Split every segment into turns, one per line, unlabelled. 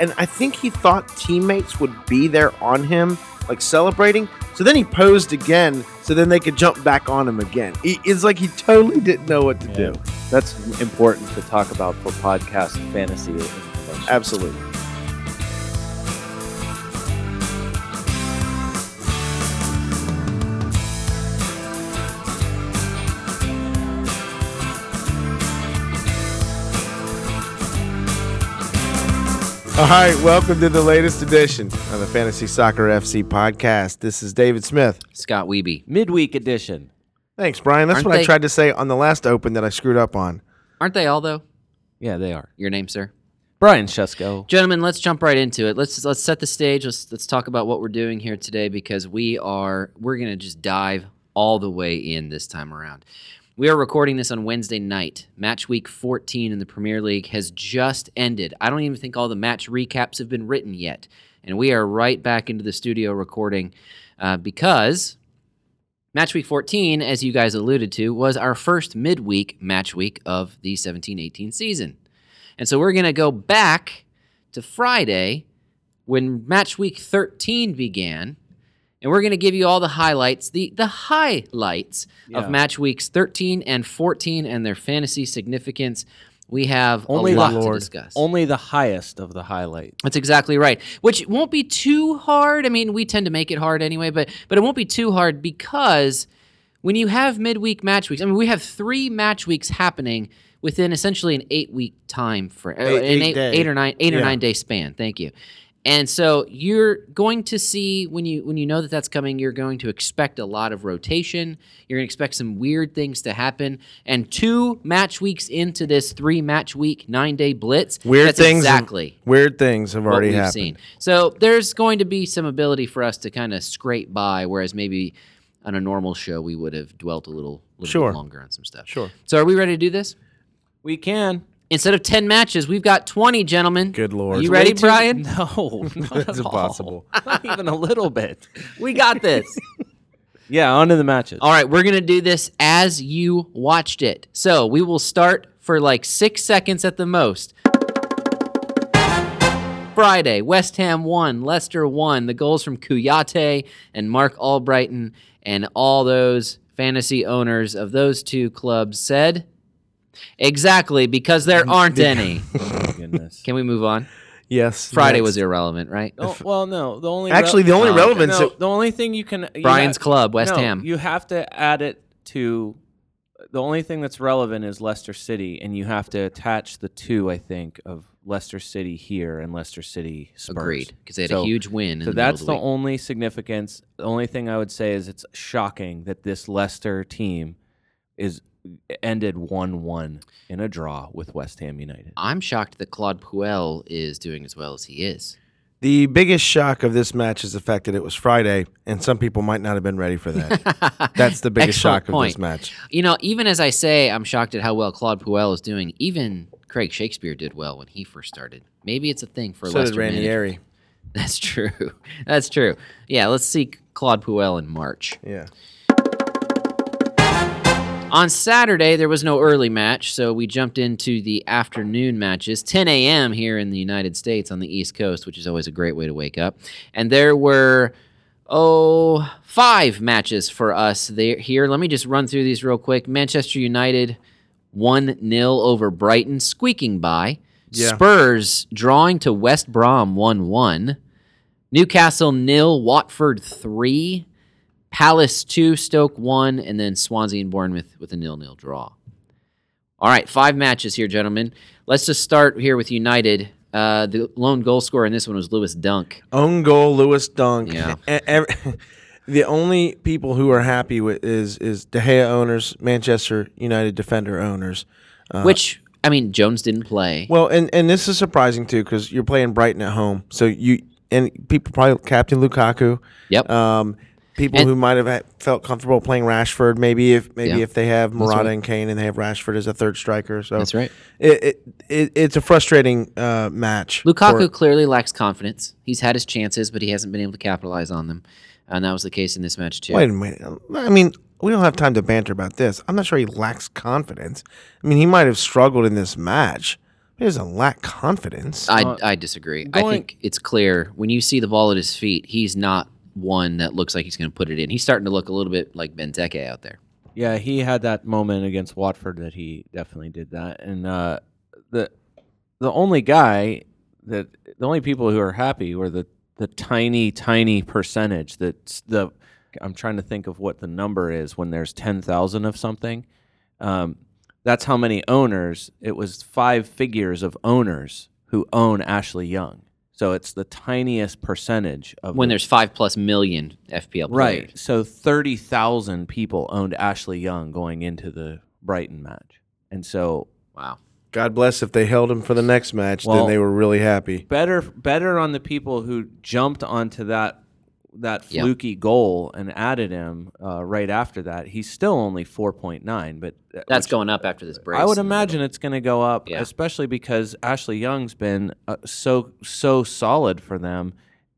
and I think he thought teammates would be there on him, like celebrating. So then he posed again, so then they could jump back on him again. It- It's like he totally didn't know what to
Yeah.
do.
That's important to talk about for podcast fantasy. information.
Absolutely. All right, welcome to the latest edition of the Fantasy Soccer FC podcast. This is David Smith.
Scott Weeby.
Midweek edition.
Thanks, Brian. That's
Aren't
what I
they-
tried to say on the last open that I screwed up on.
Aren't they all though?
Yeah, they are.
Your name, sir.
Brian Shusko.
Gentlemen, let's jump right into it. Let's let's set the stage. Let's let's talk about what we're doing here today because we are we're gonna just dive all the way in this time around. We are recording this on Wednesday night. Match week 14 in the Premier League has just ended. I don't even think all the match recaps have been written yet. And we are right back into the studio recording uh, because Match week 14, as you guys alluded to, was our first midweek match week of the 17 18 season. And so we're going to go back to Friday when match week 13 began. And we're going to give you all the highlights, the, the highlights
Yeah.
of match weeks 13 and 14 and their fantasy significance. We have
Only
Oh,
a
the
lot to
Lord.
discuss.
Only the highest of the highlights.
That's exactly right. Which won't be too hard. I mean, we tend to make it hard anyway, but but it won't be too hard because when you have midweek match weeks, I mean, we have three match weeks happening within essentially an eight week time frame,
Eight-
an
eight
eight,
day.
eight or nine, eight
Yeah.
or nine day span. Thank you. And so you're going to see when you when you know that that's coming, you're going to expect a lot of rotation. You're going to expect some weird things to happen. And two match weeks into this three match week nine day blitz,
Weird
that's
things.
exactly
Weird things have
what
already
we've
happened.
seen. So there's going to be some ability for us to kind of scrape by, whereas maybe on a normal show we would have dwelt a little, little
Sure.
bit longer on some stuff.
Sure.
So are we ready to do this?
We can.
Instead of ten matches, we've got twenty, gentlemen.
Good lord.
You ready,
Way too-
Brian?
No, not at
It's
all.
impossible.
Not even a little bit.
We got this.
Yeah, on to the matches.
All right, we're gonna do this as you watched it. So we will start for like six seconds at the most. Friday, West Ham won, Leicester won. The goals from Kuyate and Mark Albrighton, and all those fantasy owners of those two clubs said exactly because there aren't any.
Oh, goodness.
Can we move on?
Yes.
Friday
next.
was Oh, irrelevant, right?
Oh, well, no. The only
Actually, the only
no,
relevance-
No, the only thing you can you
Brian's
have-
club, West
no,
Ham.
You have to add it to. The only thing that's relevant is Leicester City, and you have to attach the two. I think of Leicester City here and Leicester City Spurs.
Agreed, because they had
So-
a huge win. In
So
the middle of
that's the,
the week.
only significance. The only thing I would say is it's shocking that this Leicester team is ended one-one in a draw with West Ham United.
I'm shocked that Claude Puel is doing as well as he is.
The biggest shock of this match is the fact that it was Friday, and some people might not have been ready for that. That's the biggest
Excellent
shock of this
point.
match.
You know, even as I say, I'm shocked at how well Claude Puel is doing. Even Craig Shakespeare did well when he first started. Maybe it's a thing for
So did
Leicester manager.
Ranieri.
That's true. That's true. Yeah, let's see Claude Puel in March.
Yeah.
On Saturday, there was no early match, so we jumped into the afternoon matches, 10 a.m. here in the United States on the East Coast, which is always a great way to wake up. And there were, oh, five matches for us there, here. Let me just run through these real quick. Manchester United 1 0 over Brighton, squeaking by.
Yeah.
Spurs drawing to West Brom 1 1. Newcastle nil, Watford three, Palace two, Stoke one, and then Swansea and Bournemouth with a nil-nil draw. All right, five matches here, gentlemen. Let's just start here with United. Uh, the lone goal scorer in this one was Lewis Dunk.
Own goal, Lewis Dunk.
Yeah.
E- ev- the only people who are happy with is is De Gea owners, Manchester United defender owners.
which I mean, Jones didn't play.
Uh, Well, and and this is surprising too because you're playing Brighton at home, so you and people probably Captain Lukaku.
Yep.
Um, people
And-
who might have had- felt comfortable playing Rashford, maybe if maybe
Yeah.
if they have Murata and Kane and they have Rashford as a third striker. So
That's right.
It, it, it it's a frustrating uh, match.
Lukaku
for-
clearly lacks confidence. He's had his chances, but he hasn't been able to capitalize on them, and that was the case in this match too.
wait a minute. I mean, we don't have time to banter about this. I'm not sure he lacks confidence. I mean, he might have struggled in this match. but He doesn't lack confidence.
I,
Uh,
I disagree. I
going-
think it's clear when you see the ball at his feet, he's not one that looks like he's going to put it in. He's starting to look a little bit like Benteke out there.
Yeah, he had that moment against Watford that he definitely did that. And uh, the the only guy that the only people who are happy were the the tiny tiny percentage that's the I'm trying to think of what the number is when there's 10,000 of something. Um, that's how many owners. It was five figures of owners who own Ashley Young. So it's the tiniest percentage of
When
the-
there's five plus million FPL players,
Right. So 30,000 people owned Ashley Young going into the Brighton match. And so
Wow.
God bless if they held him for the next match,
Well-
then they were really happy.
better better on the people who jumped onto that that
Yeah.
fluky goal and added him uh, right after that. He's still only 4.9, but
That's going up after this break.
I would imagine it's going to go up,
Yeah.
especially because Ashley Young's been uh, so so solid for them.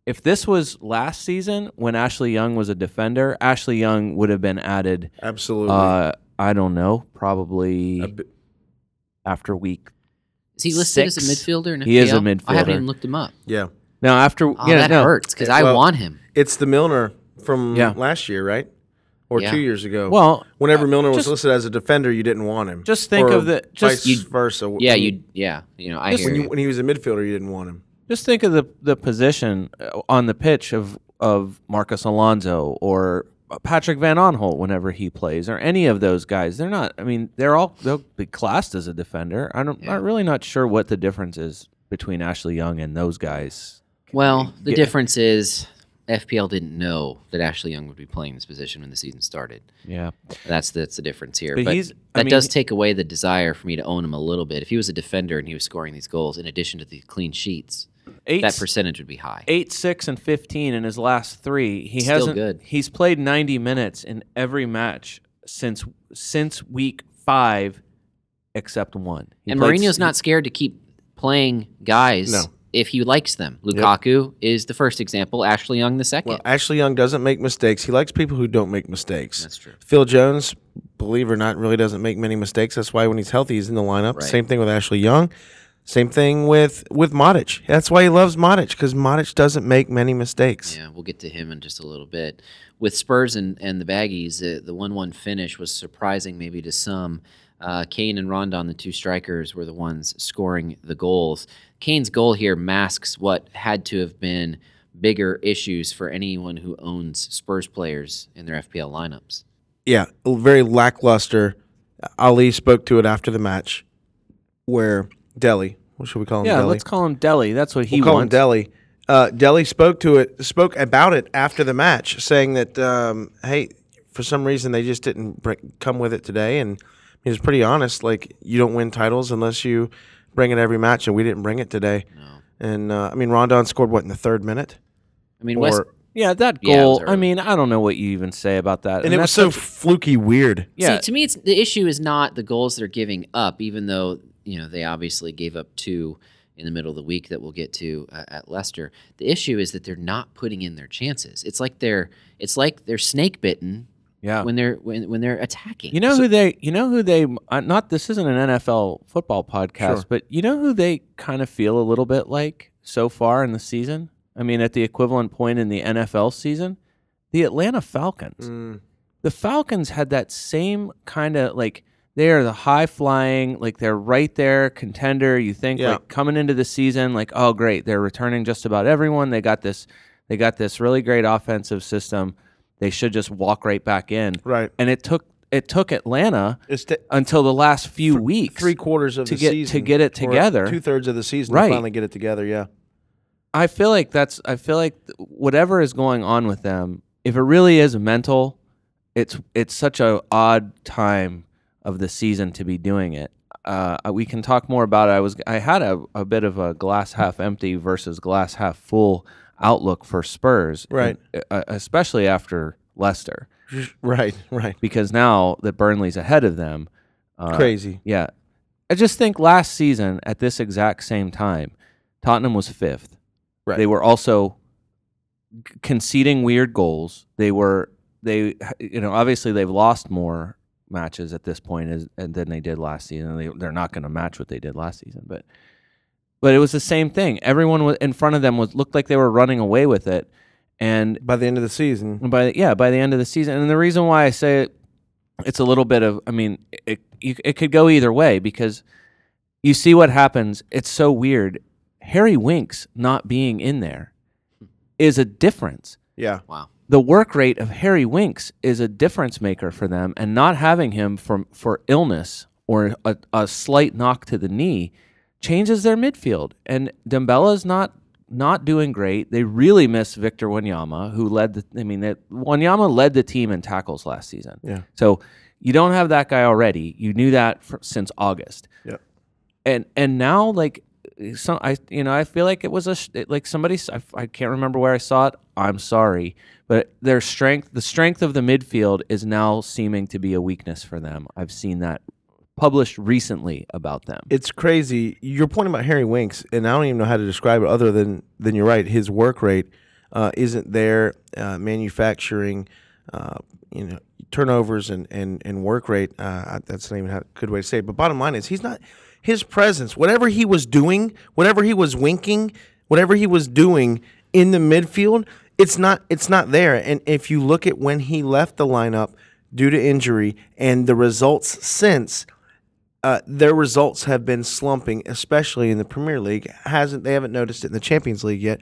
If this was last season when Ashley Young was a defender, Ashley Young would have been added
Absolutely.
Uh, I don't know. Probably
A bi-
after week.
Is he listed as a
six.
midfielder? In
He is a
FPL? I haven't
midfielder.
even looked him up.
yeah.
No, after
Oh,
yeah,
that
no.
hurts because
Okay,
I
well-
want him.
It's the Milner from
Yeah.
last year, right? Or
Yeah.
two years ago.
Well,
whenever Milner was
Uh, just-
listed as a defender, you didn't want him.
Just think
Or
of the- just-
vice
you-
versa.
Yeah,
When-
you. Yeah, you know, I
Just
hear
when,
you.
you, when he was a midfielder, you didn't want him.
just think of the the position uh, on the pitch of of Marcus Alonso or Patrick Van Onholt whenever he plays or any of those guys. They're not. I mean, they're all they'll be classed as a defender. I don't. I'm really not sure what the difference is between Ashley Young and those guys.
Well, the
Yeah.
difference is FPL didn't know that Ashley Young would be playing this position when the season started.
Yeah.
That's that's the difference here.
But
But,
he's- I
that
mean-
does take away the desire for me to own him a little bit. If he was a defender and he was scoring these goals, in addition to the clean sheets,
Eight
that percentage would be high.
eight, six, and fifteen in his last three. He
Still
hasn't.
good.
He's played ninety minutes in every match since since week five, except one. He
and
played-
Mourinho's not scared to keep playing guys
No.
if he likes them. Lukaku is the first example. Ashley Young the second.
Well, Ashley Young doesn't make mistakes. He likes people who don't make mistakes.
That's true.
Phil Jones, believe it or not, really doesn't make many mistakes. That's why when he's healthy, he's in the lineup.
Right.
Same thing with Ashley Young. Same thing with with Modic. That's why he loves Modic because Modic doesn't make many mistakes.
Yeah, we'll get to him in just a little bit. With Spurs and, and the Baggies, uh, the 1 1 finish was surprising maybe to some. Uh, Kane and Rondon, the two strikers, were the ones scoring the goals. Kane's goal here masks what had to have been bigger issues for anyone who owns Spurs players in their FPL lineups.
yeah, very lackluster. Ali spoke to it after the match, where Delhi, what should we call him?
Yeah,
Delhi?
let's call him Delhi. That's what he
we'll call him
wants.
Delhi. Uh, Delhi spoke to it, spoke about it after the match, saying that um, hey, for some reason they just didn't bring, come with it today, and he was pretty honest. Like you don't win titles unless you bring it every match, and we didn't bring it today.
No.
And uh, I mean, Rondon scored what in the third minute,
I mean, West,
Or-
yeah, that
Yeah, it
goal.
was
I
early.
mean, I don't know what you even say about that.
and it was
that's
so
such-
fluky, weird.
yeah.
See, to me, it's the issue is not the goals they're giving up, even though you know they obviously gave up two in the middle of the week that we'll get to uh, at Leicester. The issue is that they're not putting in their chances. It's like they're it's like they're snake bitten
yeah.
when they're when, when they're attacking.
You know who they? You know who they? Uh, not this isn't an NFL football podcast,
Sure.
but you know who they kind of feel a little bit like so far in the season. I mean, at the equivalent point in the NFL season, the Atlanta Falcons.
Mm.
The Falcons had that same kind of like they are the high flying, like they're right there contender. You think
Yeah.
like coming into the season, like oh great, they're returning just about everyone. They got this. They got this really great offensive system. They should just walk right back in
Right.
and it took it took Atlanta
It's t-
until the last few weeks.
three quarters of
to
the
get- to
season
get it together.
Two thirds of the season
Right.
to finally get it together. Yeah.
I feel like that's I feel like th- whatever is going on with them, if it really is mental, it's it's such a odd time of the season to be doing it. Uh, we can talk more about it. I was I had a, a bit of a glass half empty versus glass half full outlook for Spurs,
Right.
and, uh, especially after Leicester,
Right. Right.
because now that Burnley's ahead of them, uh,
Crazy.
Yeah. I just think last season at this exact same time, Tottenham was fifth.
Right.
They were also c- conceding weird goals. They were they you know obviously they've lost more matches at this point as, and than they did last season. They they're not going to match what they did last season, but But it was the same thing. Everyone was in front of them was looked like they were running away with it, and
by the end of the season.
Mm-hmm. by the, yeah by the end of the season and the reason why i say it, it's a little bit of i mean it, it, it could go either way because you see what happens it's so weird harry winks not being in there is a difference
Yeah.
Wow.
the work rate of harry winks is a difference maker for them and not having him from for illness or a, a slight knock to the knee changes their midfield and Dembele's not not doing great. They really miss Victor Wanyama, who led the. I mean, that Wanyama led the team in tackles last season.
Yeah.
So you don't have that guy already. You knew that fr since August,
Yep.
and and now like some I you know I feel like it was a sh- it, like somebody s- I, f- I can't remember where I saw it. I'm sorry, but their strength, the strength of the midfield, is now seeming to be a weakness for them. I've seen that published recently about them.
It's crazy. Your point about Harry Winks, and I don't even know how to describe it other than than you're right. His work rate uh, isn't there. Uh, manufacturing, uh, you know, turnovers and and and work rate. Uh, that's not even a good way to say. it. But bottom line is, he's not. His presence, whatever he was doing, whatever he was winking, whatever he was doing in the midfield, it's not it's not there. And if you look at when he left the lineup due to injury and the results since, uh, their results have been slumping, especially in the Premier League. Hasn't they haven't noticed it in the Champions League yet?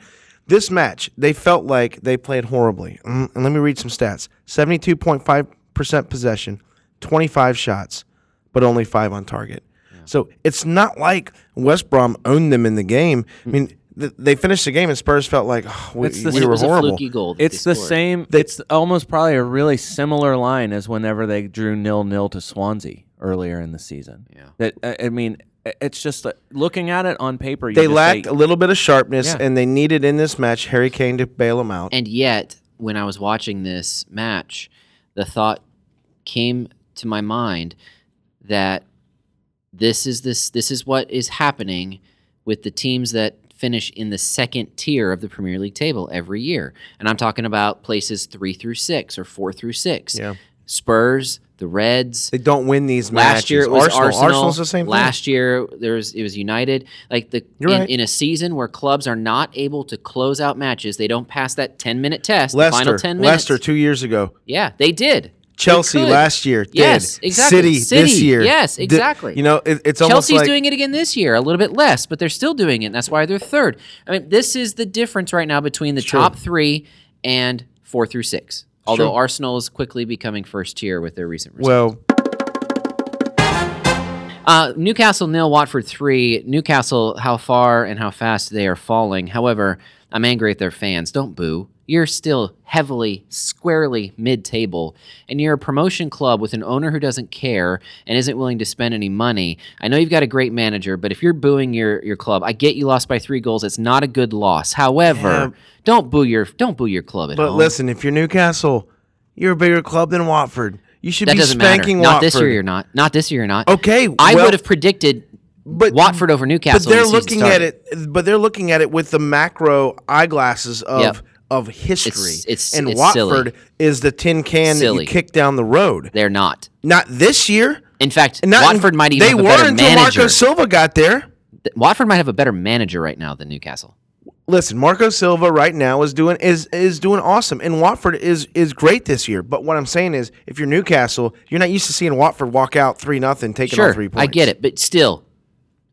This match, they felt like they played horribly. Mm, and let me read some stats: seventy-two point five percent possession, twenty-five shots, but only five on target. So it's not like West Brom owned them in the game. I mean, th- they finished the game, and Spurs felt like "Oh, we,
It's the-
we
it
were
was a
horrible.
fluky goal. that
It's
they
the
scored.
same. it's almost probably a really similar line as whenever they drew nil nil to Swansea earlier in the season.
Yeah.
That I I mean, i- it's just that looking at it on paper. You
They
just
lacked
say,
a little bit of sharpness,
Yeah.
and they needed in this match Harry Kane to bail them out.
And yet, when I was watching this match, the thought came to my mind that this is this this is what is happening with the teams that finish in the second tier of the Premier League table every year. And I'm talking about places 3 through 6 or 4 through 6.
Yeah.
Spurs, the Reds,
They don't win these matches.
Last year it was Arsenal.
Arsenal's the same thing.
Last year there was it was United. Like the in,
You're right.
in a season where clubs are not able to close out matches, they don't pass that ten minute test. the
Leicester,
final ten minutes.
Leicester two years ago.
Yeah, they did.
Chelsea
could.
last year. Did.
Yes, exactly.
City, this
City,
year.
yes,
Did-
exactly.
you know, it, it's almost
Chelsea's
like
doing it again this year, a little bit less, but they're still doing it. And that's why they're third. I mean, this is the difference right now between the top three and four through six. Although Arsenal is quickly becoming first tier with their recent results.
well,
Uh, Newcastle nil, Watford three. Newcastle, how far and how fast they are falling. However, I'm angry at their fans. Don't boo. You're still heavily, squarely mid-table, and you're a promotion club with an owner who doesn't care and isn't willing to spend any money. I know you've got a great manager, but if you're booing your your club, I get you lost by three goals. It's not a good loss. However, don't boo your don't boo your club at
but
home.
listen, if you're Newcastle, you're a bigger club than Watford. You should
that
be
doesn't matter.
spanking
Not
Watford.
this year, you're not. Not this year, you're not.
Okay,
I
well-
would have predicted.
But-
Watford over Newcastle.
But
when the
they're looking
season started.
at it. But they're looking at it with the macro eyeglasses of
Yep.
of history.
It's- it's-
and
it's silly.
Watford is the tin can that
Silly.
you kick down the road.
They're not.
Not this year.
In fact,
Not
Watford might even
they
have a
were
better
until
manager.
Marco Silva got there.
Th- Watford might have a better manager right now than Newcastle.
listen, Marco Silva right now is doing is is doing awesome, and Watford is is great this year. But what I'm saying is, if you're Newcastle, you're not used to seeing Watford walk out three nothing, taking all
Sure,
three points.
I get it, but still,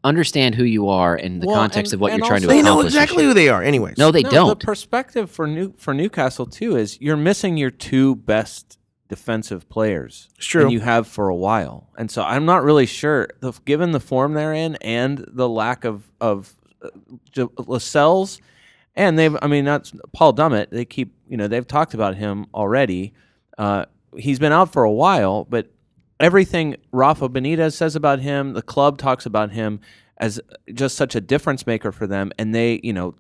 understand who you are and the
Well,
context
and-
of what
and
you're trying to
also-
They
accomplish.
know
this year.
exactly who they are. Anyways,
No, they
No,
don't.
The perspective for New for Newcastle too is you're missing your two best defensive players.
It's true.
than you have for a while, and so I'm not really sure. The, given the form they're in and the lack of of uh, J- Lascelles, and they've I mean that's Paul Dummett. They keep you know they've talked about him already. Uh, he's been out for a while, but everything Rafa Benitez says about him, the club talks about him as just such a difference maker for them, and they, you know,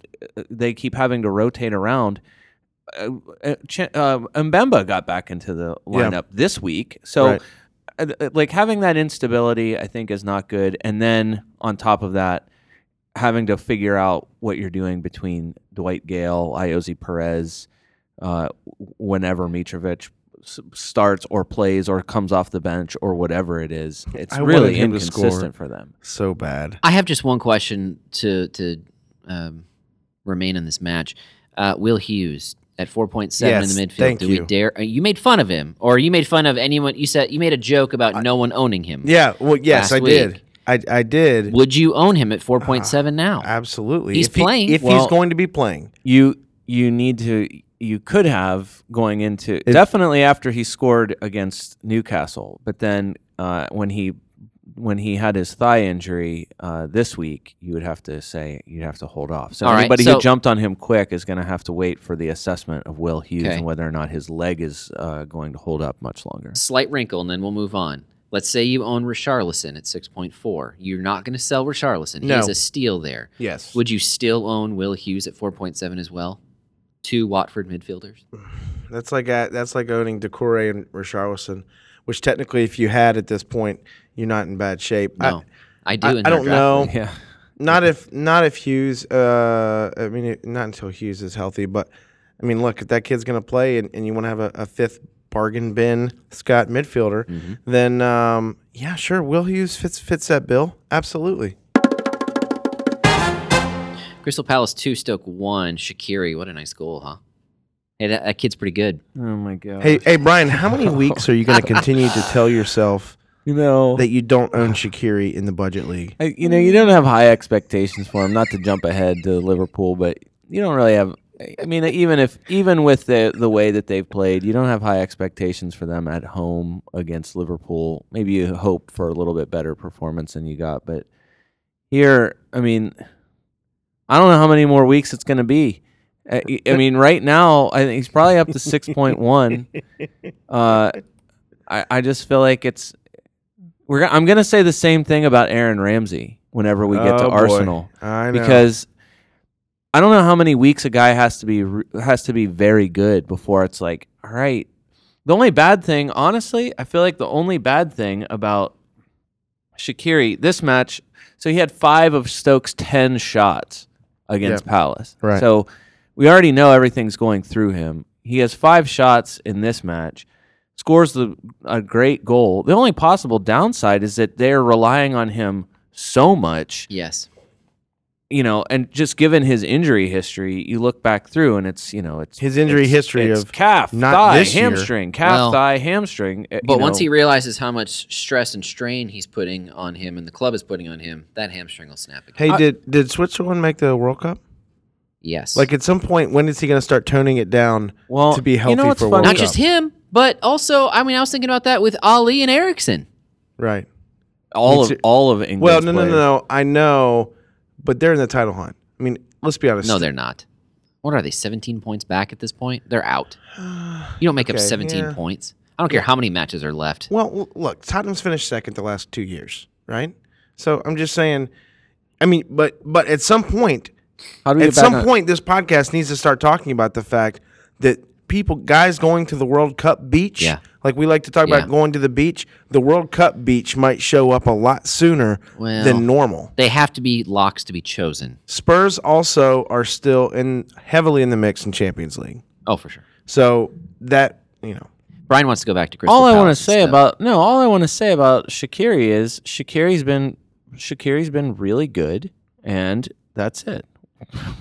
they keep having to rotate around. Uh, uh, Ch- uh, Mbemba got back into the
Yeah.
lineup this week, so
Right.
uh, uh, like having that instability, I think, is not good. And then on top of that, having to figure out what you're doing between Dwight Gale, Iosi Perez, uh, whenever Mitrovic s- starts or plays or comes off the bench or whatever it is. It's
I wanted
really
him to score.
inconsistent for them.
So bad.
I have just one question to to um, remain in this match. Uh, Will Hughes at four point seven in
Yes,
the midfield.
thank
do
you.
we dare? uh, You made fun of him, or you made fun of anyone. You said you made a joke about no one owning him.
Yeah. Well, yes,
Last
I did.
week.
I, I did.
Would you own him at four
Uh-huh.
point seven now?
Absolutely.
He's
if he-
playing.
if
Well-
he's going to be playing.
You you need to you could have going into definitely after he scored against Newcastle, but then uh, when he when he had his thigh injury uh, this week, you would have to say you'd have to hold off. So
All right,
anybody
so-
who jumped on him quick is going to have to wait for the assessment of Will Hughes
Okay.
and whether or not his leg is uh, going to hold up much longer.
Slight wrinkle, and then we'll move on. Let's say you own Richarlison at six point four. You're not going to sell Richarlison. He
No.
is a steal there.
Yes.
Would you still own Will Hughes at four point seven as well? Two Watford midfielders.
That's like uh that's like owning Decore and Richarlison, which technically, if you had at this point, you're not in bad shape. I-
No, I, do.
I,
in
I
their
don't
draft
know.
Yeah.
Not if not if Hughes. Uh, I mean, it- not until Hughes is healthy. But I mean, look, if that kid's gonna play, and, and you want to have a, a fifth bargain bin Scott midfielder,
Mm-hmm.
then um, yeah, sure, Will Hughes fits fits that bill. Absolutely.
Crystal Palace two, Stoke one. Shakiri, what a nice goal, huh? Hey, that, that kid's pretty good.
Oh my god.
Hey, hey, Brian, how many weeks are you gonna continue to tell yourself
you know
that you don't own Shakiri in the budget league?
I, you know, you don't have high expectations for him. Not to jump ahead to Liverpool, but you don't really have. I mean, even if even with the the way that they've played, you don't have high expectations for them at home against Liverpool. Maybe you hope for a little bit better performance than you got, but here, I mean, I don't know how many more weeks it's going to be. I, I mean, right now, I think he's probably up to six point one. Uh, I I just feel like it's we're go- I'm going to say the same thing about Aaron Ramsey whenever we get to
Oh, boy.
Arsenal
I know.
because I don't know how many weeks a guy has to be re- has to be very good before it's like, all right. The only bad thing, honestly, I feel like the only bad thing about Shakiri this match, so he had five of Stoke's ten shots against Palace.
Right.
So we already know everything's going through him. He has five shots in this match, scores the a great goal. The only possible downside is that they're relying on him so much
Yes.
you know, and just given his injury history, you look back through and it's you know it's
His injury
it's-
history
it's
of
calf,
not
thigh,
this year.
hamstring, calf,
Well,
thigh, hamstring. uh, you
But once
know.
he realizes how much stress and strain he's putting on him and the club is putting on him, that hamstring will snap again.
Hey, did did Switzerland make the World Cup?
Yes.
Like at some point, when is he going to start toning it down
Well,
to be
you know
healthy
what's
for
funny?
World
not
Cup?
just him, but also, I mean, I was thinking about that with Ali and Erickson.
right.
all of
it's-
all of England.
Well, no, no, no, no. I know, but they're in the title hunt. I mean, let's be honest.
No, they're not. What are they, 17 points back at this point? They're out. You don't make up
Okay,
17
yeah.
points. I don't care how many matches are left.
Well, l- look, Tottenham's finished second the last two years, right? So I'm just saying. I mean, but but at some point,
How do we
at
get back
some
on-
point, this podcast needs to start talking about the fact that people, guys, going to the World Cup beach,
Yeah.
like we like to talk
Yeah.
about going to the beach. The World Cup beach might show up a lot sooner
Well-
than normal.
They have to be locks to be chosen.
Spurs also are still in heavily in the mix in Champions League.
Oh, for sure.
So that you know,
Brian wants to go back to Crystal
all I want
Palace
to say
stuff.
about no, all I want to say about Shakiri is Shakiri's been Shakiri's been really good, and that's it.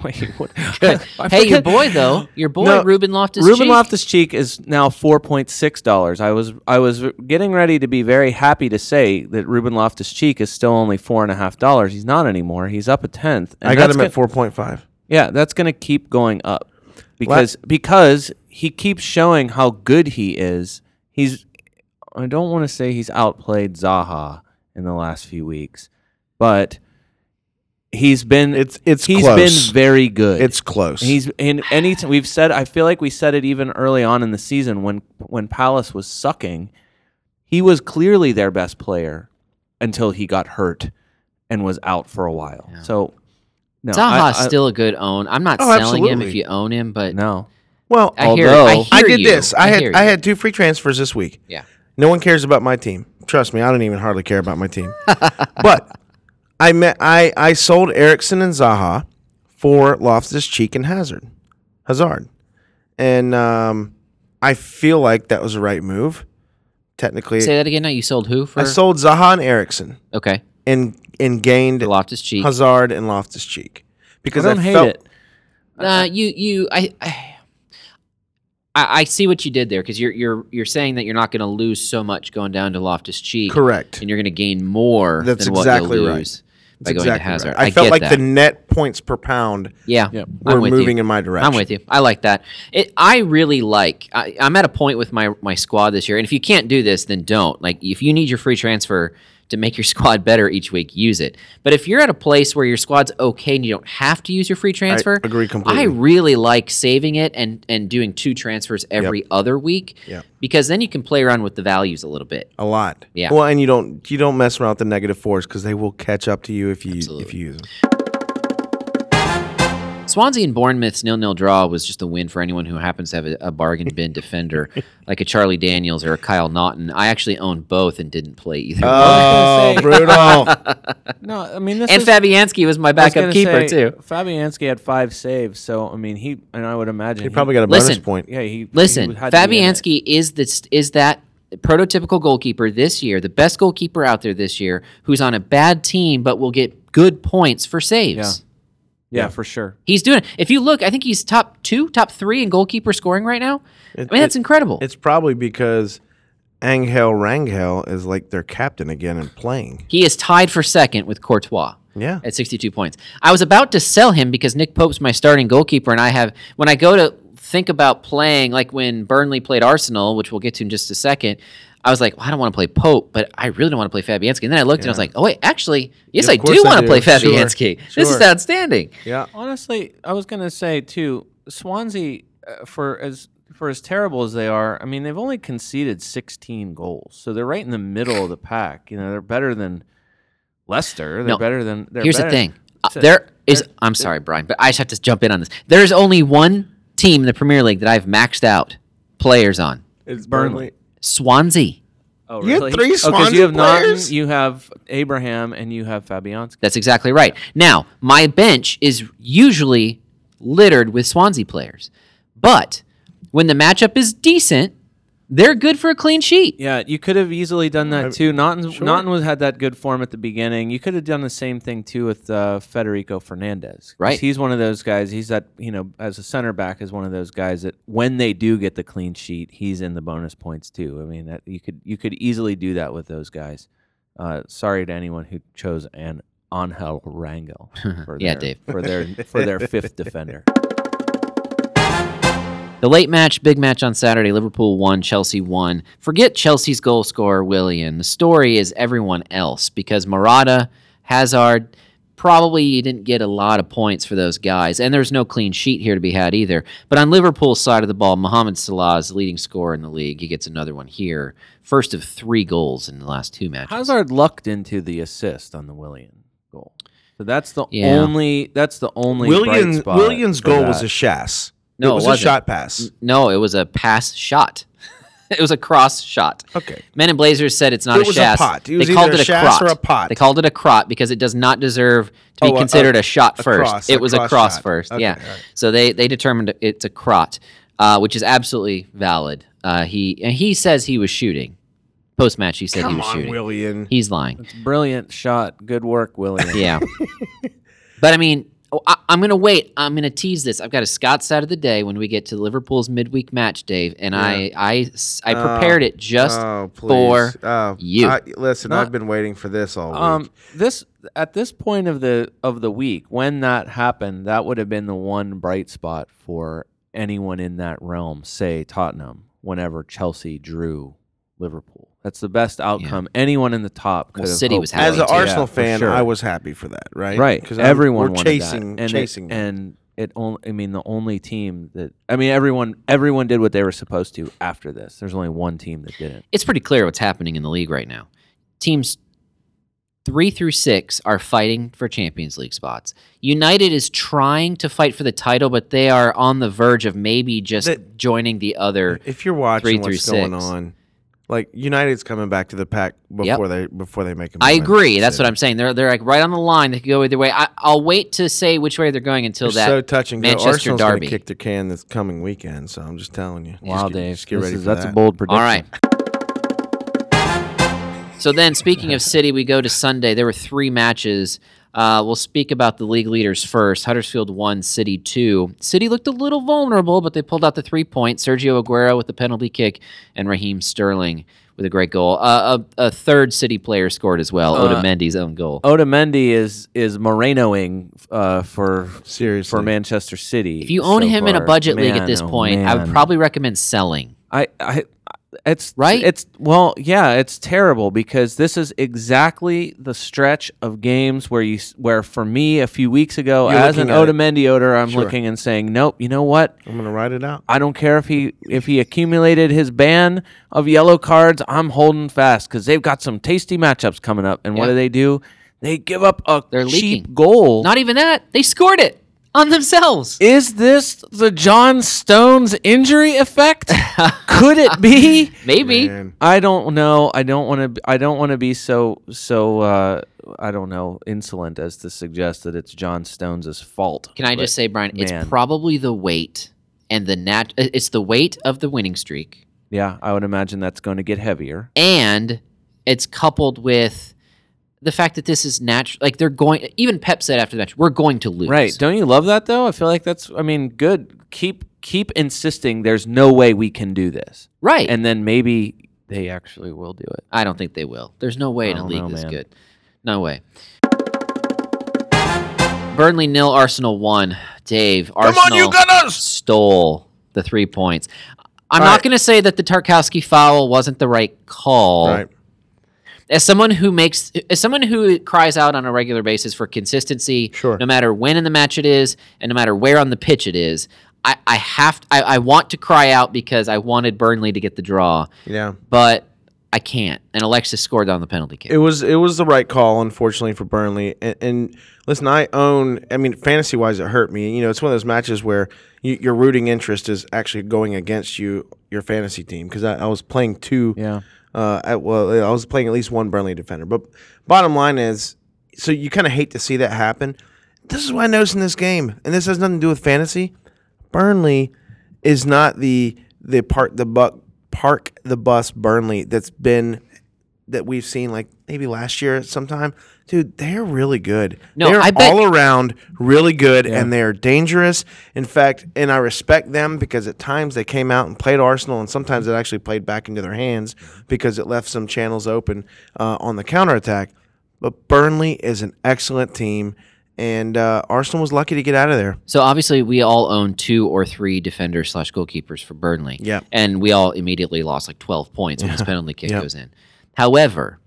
Wait, what? I
hey, your
forget-
boy though, your boy
No,
Ruben Loftus.
Ruben Loftus Cheek is now four point six dollars. I was I was getting ready to be very happy to say that Ruben Loftus Cheek is still only four and a half dollars. He's not anymore. He's up a tenth. And
I got
that's
him at
go-
four point five.
Yeah, that's going to keep going up because because he keeps showing how good he is. He's I don't want to say he's outplayed Zaha in the last few weeks, but he's been
It's- it's
he's
close.
been very good.
It's close.
He's in any t- we've said I feel like we said it even early on in the season when when Palace was sucking, he was clearly their best player until he got hurt and was out for a while. So no, I-
Zaha's
I-
still a good own. I'm not
Oh,
selling him if
absolutely.
you own him, but
no.
well,
I
I,
hear, I
Although-
hear
did
you.
this. I,
hear
had I
you.
had two free transfers this week.
Yeah.
No one cares about my team. Trust me, I don't even hardly care about my team. but I met I I sold Erickson and Zaha for Loftus Cheek and Hazard, Hazard, and um, I feel like that was the right move. Technically,
Say that again. Now you sold who for?
I sold Zaha and Erickson
okay.
and and gained
Loftus Cheek.
Hazard and Loftus Cheek because
I don't
I
hate
felt
it.
Uh, you you I. I I I see what you did there because you're you're you're saying that you're not going to lose so much going down to Loftus Cheek,
correct.
And you're going to gain more.
That's
than
exactly
what you'll
right.
lose
That's
By going to
exactly
Hazard,
right. I, felt
get
like
that.
the net points per pound
yeah,
Yep.
I'm
were
with you.
moving in my direction.
I'm with you. I like that. It, I really like. I, I'm at a point with my my squad this year, and if you can't do this, then don't. Like, if you need your free transfer to make your squad better each week, use it. But if you're at a place where your squad's okay and you don't have to use your free transfer,
agree completely.
I really like saving it and and doing two transfers every other week.
Yep.
Because then you can play around with the values a little bit.
a lot.
Yeah.
Well, and you don't you don't mess around with the negative fours because they will catch up to you if you if
Absolutely.
you use them.
Swansea and Bournemouth's nil-nil draw was just a win for anyone who happens to have a, a bargain bin defender, like a Charlie Daniels or a Kyle Naughton. I actually own both and didn't play either.
Oh,
say-
brutal!
No, I mean this
and
is,
Fabianski was my
I was
backup
gonna say,
keeper too.
Fabianski had five saves, so I mean he and I would imagine
You probably got a bonus
Listen.
point.
yeah he
Listen,
he had to be in it.
Fabianski is this is that prototypical goalkeeper this year, the best goalkeeper out there this year, who's on a bad team but will get good points for saves.
Yeah. yeah, for sure.
He's doing it. If you look, I think he's top two, top three in goalkeeper scoring right now. I mean, that's incredible.
It's probably because Angel Rangel is like their captain again and playing.
He is tied for second with Courtois.
Yeah.
at 62 points. I was about to sell him because Nick Pope's my starting goalkeeper, and I have when I go to think about playing, like when Burnley played Arsenal, which we'll get to in just a second. I was like, well, I don't want to play Pope, but I really don't want to play Fabianski. And then I looked and I was like, oh wait, actually, yes,
Yeah,
I
of course
do
I
want to
do.
play
Sure,
Fabianski. This is
sure.
outstanding.
Yeah.
Honestly, I was gonna say too. Swansea, uh, for as for as terrible as they are, I mean they've only conceded 16 goals, so they're right in the middle of the pack. You know, they're better than Leicester. They're
No.
better than. They're
Here's
better-
the thing. Uh,
So-
there is. I'm sorry, Brian, but I just have to jump in on this. There is only one team in the Premier League that I've maxed out players on.
It's
Burnley.
Swansea.
Oh,
You had
really?
three
Oh, 'cause
Swansea
you have Naughton,
players?
you have Abraham, and you have Fabianski.
That's exactly right. Now, my bench is usually littered with Swansea players, but when the matchup is decent, they're good for a clean sheet.
Yeah, you could have easily done that too. Naughton, Naughton was had that good form at the beginning. You could have done the same thing too with uh, Federico Fernandez. 'Cause
Right.
he's one of those guys. He's that you know, as a center back, is one of those guys that when they do get the clean sheet, he's in the bonus points too. I mean, that you could you could easily do that with those guys. Uh, sorry to anyone who chose an Angel Rangel. For
Yeah,
their,
Dave.
for their for their fifth defender.
The late match, big match on Saturday, Liverpool won, Chelsea won. Forget Chelsea's goal scorer, Willian. The story is everyone else because Morata, Hazard, probably you didn't get a lot of points for those guys. And there's no clean sheet here to be had either. But on Liverpool's side of the ball, Mohamed Salah is the leading scorer in the league. He gets another one here. First of three goals in the last two matches.
Hazard lucked into the assist on the Willian goal. So that's the
Yeah.
only that's the only bright
Williams
spot
Williams'
for
goal
that.
was a shass.
No,
it
it
was a
wasn't. Mm.
shot pass.
no, it was a pass shot. it was a cross shot.
Okay.
Men in Blazers said it's not
It
a
was a
shas.
pot. It was
they
either
called
a
it a
shas
crot.
or a pot.
They called it a crot because it does not deserve to be
Oh, a-
considered a, shot
a
first.
cross,
it
a
was a
cross
cross
shot.
first.
Okay,
yeah.
all right.
So they they determined it's a crot, uh, which is absolutely valid. Uh, he and he says he was shooting. Post match, he said he
Come
was
on,
shooting.
Willian.
He's lying.
brilliant shot. Good work, William.
Yeah. but I mean, oh, I, I'm going to wait. I'm going to tease this. I've got a Scott's side of the day when we get to Liverpool's midweek match, Dave, and I I s I I
Oh,
prepared it just
oh, please.
for
oh,
you.
I, listen,
Not-
I've been waiting for this all week.
Um, this at this point of the of the week when that happened, that would have been the one bright spot for anyone in that realm. Say Tottenham, whenever Chelsea drew Liverpool, that's the best outcome anyone in the top could
Well,
have
City
hoped
was
for.
happy
As an
too.
Arsenal
Yeah, for
fan,
sure.
I was happy for that, right?
Right.
Because
everyone
we're
wanted
chasing,
that. And it-
chasing. that.
and it only. I mean, the only team that. I mean, everyone. Everyone did what they were supposed to after this. There's only one team that didn't.
it's pretty clear what's happening in the league right now. Teams three through six are fighting for Champions League spots. United is trying to fight for the title, but they are on the verge of maybe just
That-
joining the other.
if you're watching
Three
what's
through
going
six.
on, Like United's coming back to the pack before they before they make a
I
move.
agree. That's what I'm saying. They're they're like right on the line. They could go either way. I, I'll wait to say which way they're going until
It's
that.
so touching.
Manchester
Arsenal's gonna
derby.
kick their can this coming weekend. So I'm just telling you.
Wow,
just get,
Dave,
just get
this
ready
is-
for
that's
that.
a bold prediction.
All right. So then, speaking of City, we go to Sunday. There were three matches. Uh, we'll speak about the league leaders first. Huddersfield won, City two. City looked a little vulnerable, but they pulled out the three points. Sergio Aguero with the penalty kick, and Raheem Sterling with a great goal. Uh, a, a third City player scored as well.
Uh,
Otamendi's own goal.
Otamendi is is Morenoing uh, for
Seriously.
for Manchester City.
If you own
so
him in a
far.
budget league at
Man,
this
oh,
point, I would
man.
probably recommend selling.
I, I, it's
Right?
It's well, yeah, it's terrible because this is exactly the stretch of games where you, s- where for me a few weeks ago,
You're
as an
looking at it.
Otamendi owner, I'm
Sure.
looking and saying, nope, you know what?
I'm gonna write it out.
I don't care if he if he accumulated his ban of yellow cards. I'm holding fast because they've got some tasty matchups coming up. And what
Yeah.
do they do? They give up a
They're
cheap
leaking.
goal.
Not even that. They scored it on themselves.
is this the John Stones injury effect? Could it be?
Maybe.
Man.
I don't know. I don't want to. I don't want to be so so. Uh, I don't know, insolent as to suggest that it's John Stones' fault.
Can I
but-
just say, Brian,
man.
it's probably the weight and the nat. uh, It's the weight of the winning streak,
Yeah, I would imagine that's going to get heavier.
and it's coupled with the fact that this is natural. Like they're going. Even Pep said after the match, "We're going to lose."
Right? Don't you love that though? I feel like that's. I mean, good. Keep keep insisting. There's no way we can do this,
Right. And
and then maybe they actually will do it.
I don't think they will. There's no way in
I
a
don't
league
know,
this
man.
good. No way. Burnley nil, Arsenal one. Dave, Arsenal
Gunners!
stole the three points.
All
I'm not
right.
going to say that the Tarkowski foul wasn't the right call.
Right.
as someone who makes as someone who cries out on a regular basis for consistency
Sure.
no matter when in the match it is and no matter where on the pitch it is i, I have I, I want to cry out because i wanted burnley to get the draw
Yeah.
but i can't and alexis scored on the penalty kick
It was it was the right call, unfortunately for Burnley. And, and listen, I own. I mean, fantasy wise, it hurt me. You know, it's one of those matches where you, your rooting interest is actually going against you, your fantasy team, because I, I was playing two.
Yeah.
Uh, at, well, I was playing at least one Burnley defender. But bottom line is, so you kind of hate to see that happen. This is what I noticed in this game, and this has nothing to do with fantasy. Burnley is not the the park the buck park the bus Burnley that's been that we've seen like maybe last year sometime. Dude, they're really good.
No,
they're
I bet-
all around really good and they're dangerous. In fact, and I respect them because at times they came out and played Arsenal and sometimes it actually played back into their hands because it left some channels open uh, on the counterattack. But Burnley is an excellent team and uh, Arsenal was lucky to get out of there.
so obviously we all own two or three defenders slash goalkeepers for burnley
Yep.
and we all immediately lost like 12 points when this penalty kick
Yep.
goes in however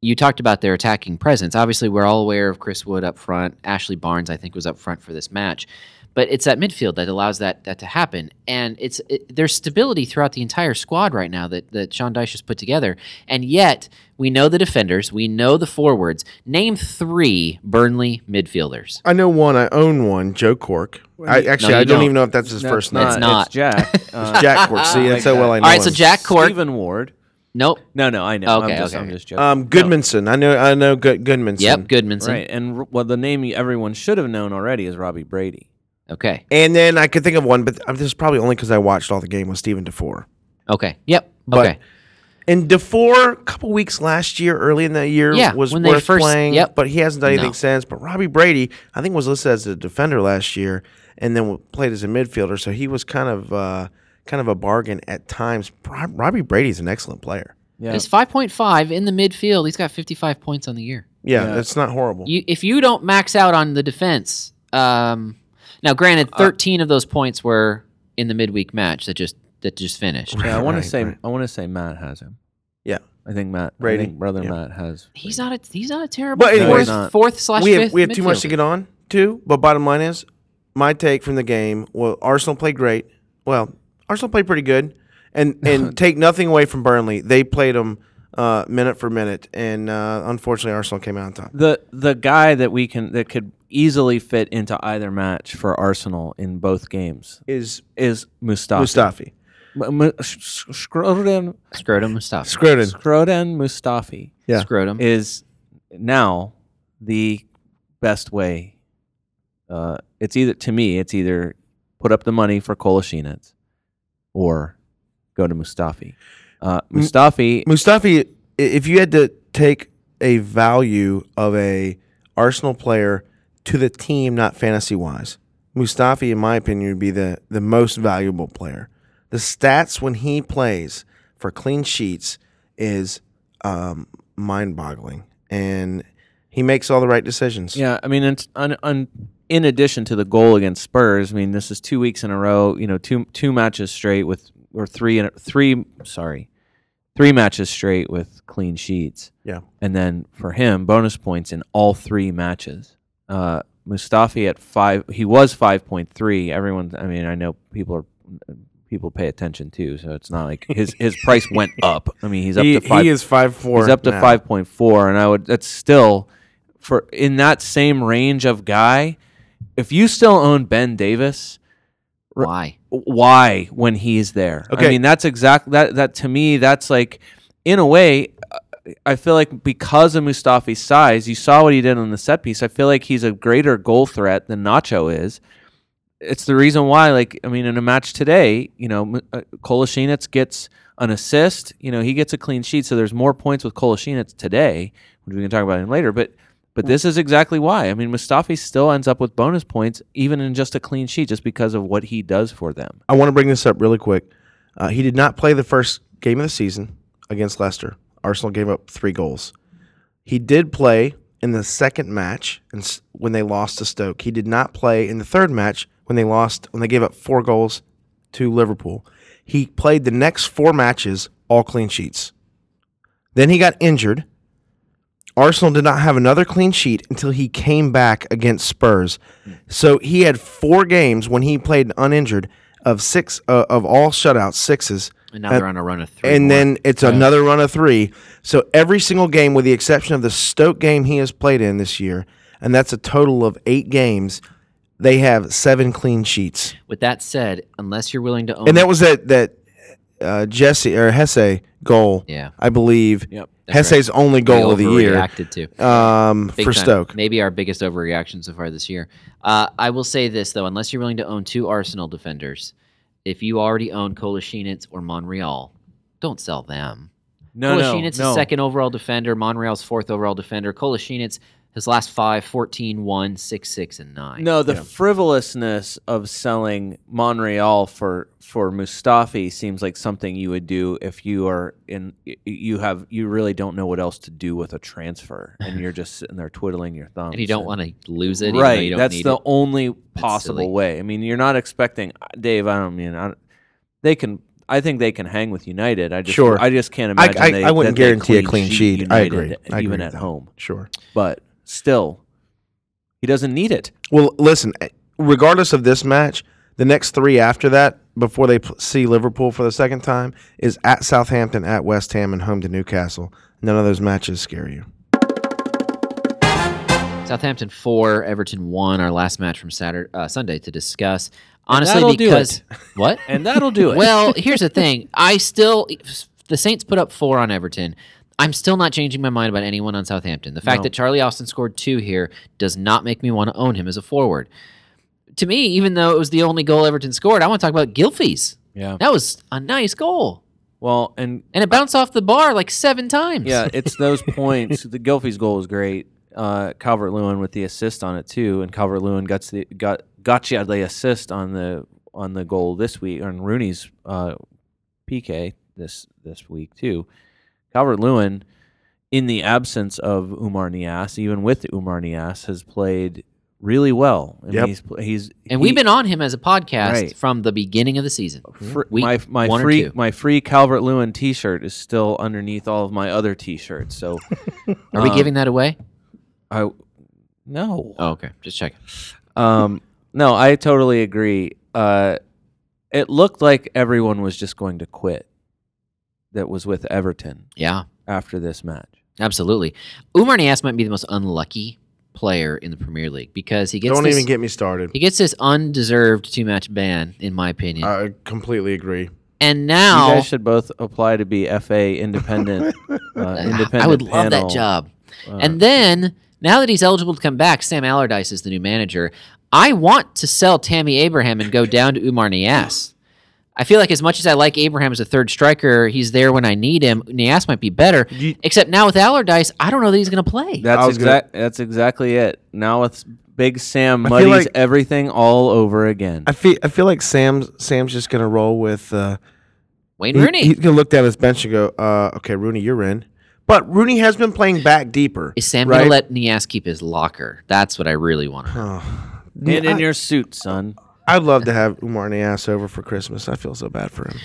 you talked about their attacking presence. Obviously, we're all aware of Chris Wood up front. Ashley Barnes, I think, was up front for this match, but it's that midfield that allows that that to happen, and it's it, there's stability throughout the entire squad right now that that Sean Dyche has put together, and yet we know the defenders, we know the forwards. Name three Burnley midfielders.
I know one. I own one. Joe Cork. I actually
No, you
I don't,
don't.
even know if that's his first name.
It's not.
It's Jack. Uh,
Jack Cork. See, that's how well I know.
All right, so
him.
Jack Cork.
Stephen Ward.
Nope.
No, no, I know.
Okay,
I'm just,
okay.
I'm just joking.
Um, Goodmanson. I know. I know. Good, Goodmanson.
Yep. Goodmanson.
Right, and r- well, the name you- everyone should have known already is Robbie Brady.
Okay.
And then I could think of one, but this is probably only because I watched all the game with Stephen DeFore.
Okay. Yep.
But-
okay.
And DeFore, a couple weeks last year, early in the year,
Yeah,
was
when they
worth
first-
playing.
yep.
But he hasn't done anything
No.
since. But Robbie Brady, I think, was listed as a defender last year, and then played as a midfielder. So he was kind of, uh, kind of a bargain at times. Rob- Robbie Brady's an excellent player.
Yeah,
He's 5.5 in the midfield. He's got 55 points on the year.
Yeah,
Yeah.
that's not horrible.
You, if you don't max out on the defense, um, now granted, 13 of those points were in the midweek match that just that just finished.
yeah. I want
Right,
to say
right.
I want to say Matt has him.
yeah.
I think Matt
Brady,
I think brother
yeah.
Matt has.
He's not a he's not a terrible
But anyways-
fourth,
No, he's not.
fourth slash
we have,
fifth
we have too much to
midfielder.
get on to, but bottom line is my take from the game. Well, Arsenal played great. Well, Arsenal played pretty good, and and take nothing away from Burnley. They played them uh, minute for minute, and uh, unfortunately, Arsenal came out on top.
The the guy that we can that could easily fit into either match for Arsenal in both games
Is
is Mustafa.
Mustafi?
M- M- Sh- Sh- Shkroden
Scrotum Mustafa.
Scroden.
Shkroden Mustafi
Yeah.
Scrotum.
is now the best way. Uh, it's either to me, it's either put up the money for Koloshinets or go to Mustafi. Uh, Mustafi,
Mustafi, i- if you had to take a value of a Arsenal player to the team, not fantasy wise, Mustafi, in my opinion, would be the, the most valuable player. The stats when he plays for clean sheets is um, mind boggling, and he makes all the right decisions.
yeah, I mean, it's on, on, in addition to the goal against Spurs, I mean, this is two weeks in a row. You know, two two matches straight with or three in a- three sorry, three matches straight with clean sheets.
Yeah.
and then for him, bonus points in all three matches. Uh, Mustafi at five, he was five point three. Everyone, I mean, I know people are people pay attention too, so it's not like his his price went up. I mean, he's up
He,
to five.
he is five four.
he's up to five point four, and I would that's still for in that same range of guy. If you still own Ben Davis,
Why?
why when he's there. I
Okay.
mean, that's exact that that to me that's like in a way uh, I feel like because of Mustafi's size, you saw what he did on the set piece. I feel like he's a greater goal threat than Nacho is. It's the reason why like I mean in a match today, you know, M- uh, Kolasinac gets an assist, you know, he gets a clean sheet so there's more points with Kolasinac today, which we can talk about in later, but but this is exactly why. I mean, Mustafi still ends up with bonus points, even in just a clean sheet, just because of what he does for them.
I want to bring this up really quick. Uh, he did not play the first game of the season against Leicester. Arsenal gave up three goals. He did play in the second match and s- when they lost to Stoke. He did not play in the third match when they lost when they gave up four goals to Liverpool. He played the next four matches all clean sheets. Then he got injured. Arsenal did not have another clean sheet until he came back against Spurs. So he had four games when he played uninjured of six uh, of all shutouts, sixes.
And now
Uh,
they're on a run of three.
And
more.
then it's another run of three. So every single game, with the exception of the Stoke game he has played in this year, and that's a total of eight games, they have seven clean sheets.
with that said, unless you're willing to own,
And that was that that uh, Jesse or Hesse goal,
yeah,
I believe.
Yep.
that's
Hesse's only goal
we
of the year
overreacted to.
um,
Big
for
time.
Stoke.
Maybe our biggest overreaction so far this year. Uh, I will say this though, unless you're willing to own two Arsenal defenders, if you already own Kolasinac or Monreal, don't sell them.
No,
Kolasinac is second overall defender, Monreal's fourth overall defender. Kolasinac, his last five, 14, 1, 6, 6, and 9.
No, the frivolousness of selling Monreal for for Mustafi seems like something you would do if you are in y- you have you really don't know what else to do with a transfer and you're just sitting there twiddling your thumbs
And you don't want to lose it. even though
right.
You don't
That's
need
the
it.
only possible
silly.
way. I mean, you're not expecting Dave. I don't mean I don't- they can. I think they can hang with United. I just,
Sure.
I just can't
I-
imagine.
I-
they,
I wouldn't
that they
guarantee a clean sheet. I
United,
agree. I agree
even
with
at
that.
home.
Sure.
But still, he doesn't need it.
Well, listen, eh, regardless of this match, the next three after that, before they pl- see Liverpool for the second time, is at Southampton, at West Ham, and home to Newcastle. None of those matches scare you.
Southampton 4, Everton 1, our last match from Saturday, uh, Sunday to discuss. Honestly,
that'll do
because. What?
And that'll do it.
Well, here's the thing. I still the Saints put up four on Everton. I'm still not changing my mind about anyone on Southampton. The fact that Charlie Austin scored two here does not make me want to own him as a forward. To me, even though it was the only goal Everton scored, I want to talk about Gilfies.
yeah.
That was a nice goal.
Well, and
And it bounced off the bar like seven times.
yeah, it's those points. The Gilfie's goal was great. Uh, Calvert Lewin with the assist on it too, and Calvert Lewin got the got gotcha the assist on the on the goal this week on Rooney's uh, PK this this week too. Calvert Lewin, in the absence of Umar Nias, even with Umar Nias, has played really well. I mean,
Yep.
he's pl- he's
And
he-
we've been on him as a podcast
Right.
from the beginning of the season.
Fr-
Week
my my
one or
free
two.
my free Calvert Lewin T-shirt is still underneath all of my other T-shirts. So
Are we
Um,
giving that away?
I no
Oh, okay. Just checking.
um no I totally agree. Uh, it looked like everyone was just going to quit. That was with Everton
Yeah.
after this match.
Absolutely. Umar Nias might be the most unlucky player in the Premier League because he gets
Don't
this,
even get me started. Uh,
he gets this undeserved two match ban, in my opinion.
I completely agree.
And
You
now
guys should both apply to be FA independent. uh, independent
I would love
panel.
that job.
Uh,
and then now that he's eligible to come back, Sam Allardyce is the new manager. I want to sell Tammy Abraham and go down to Umar Nias. I feel like as much as I like Abraham as a third striker, he's there when I need him. Nias might be better.
You-
Except now with Allardyce, I don't know that he's going to play.
I
that's
was gonna-
exact. That's exactly it. Now with Big Sam
I feel
muddies
like-
everything all over again.
I feel I feel like Sam's Sam's just gonna roll with. Uh,
Wayne
he-
Rooney.
he's gonna look down his bench and go, uh, "Okay, Rooney, you're in." But Rooney has been playing back deeper.
is Sam
right?
going to let Nias keep his locker? That's what I really want to know.
Oh.
Get
Yeah,
in
I-
your suit, son.
I'd love to have Umar Nias over for Christmas. I feel so bad for him.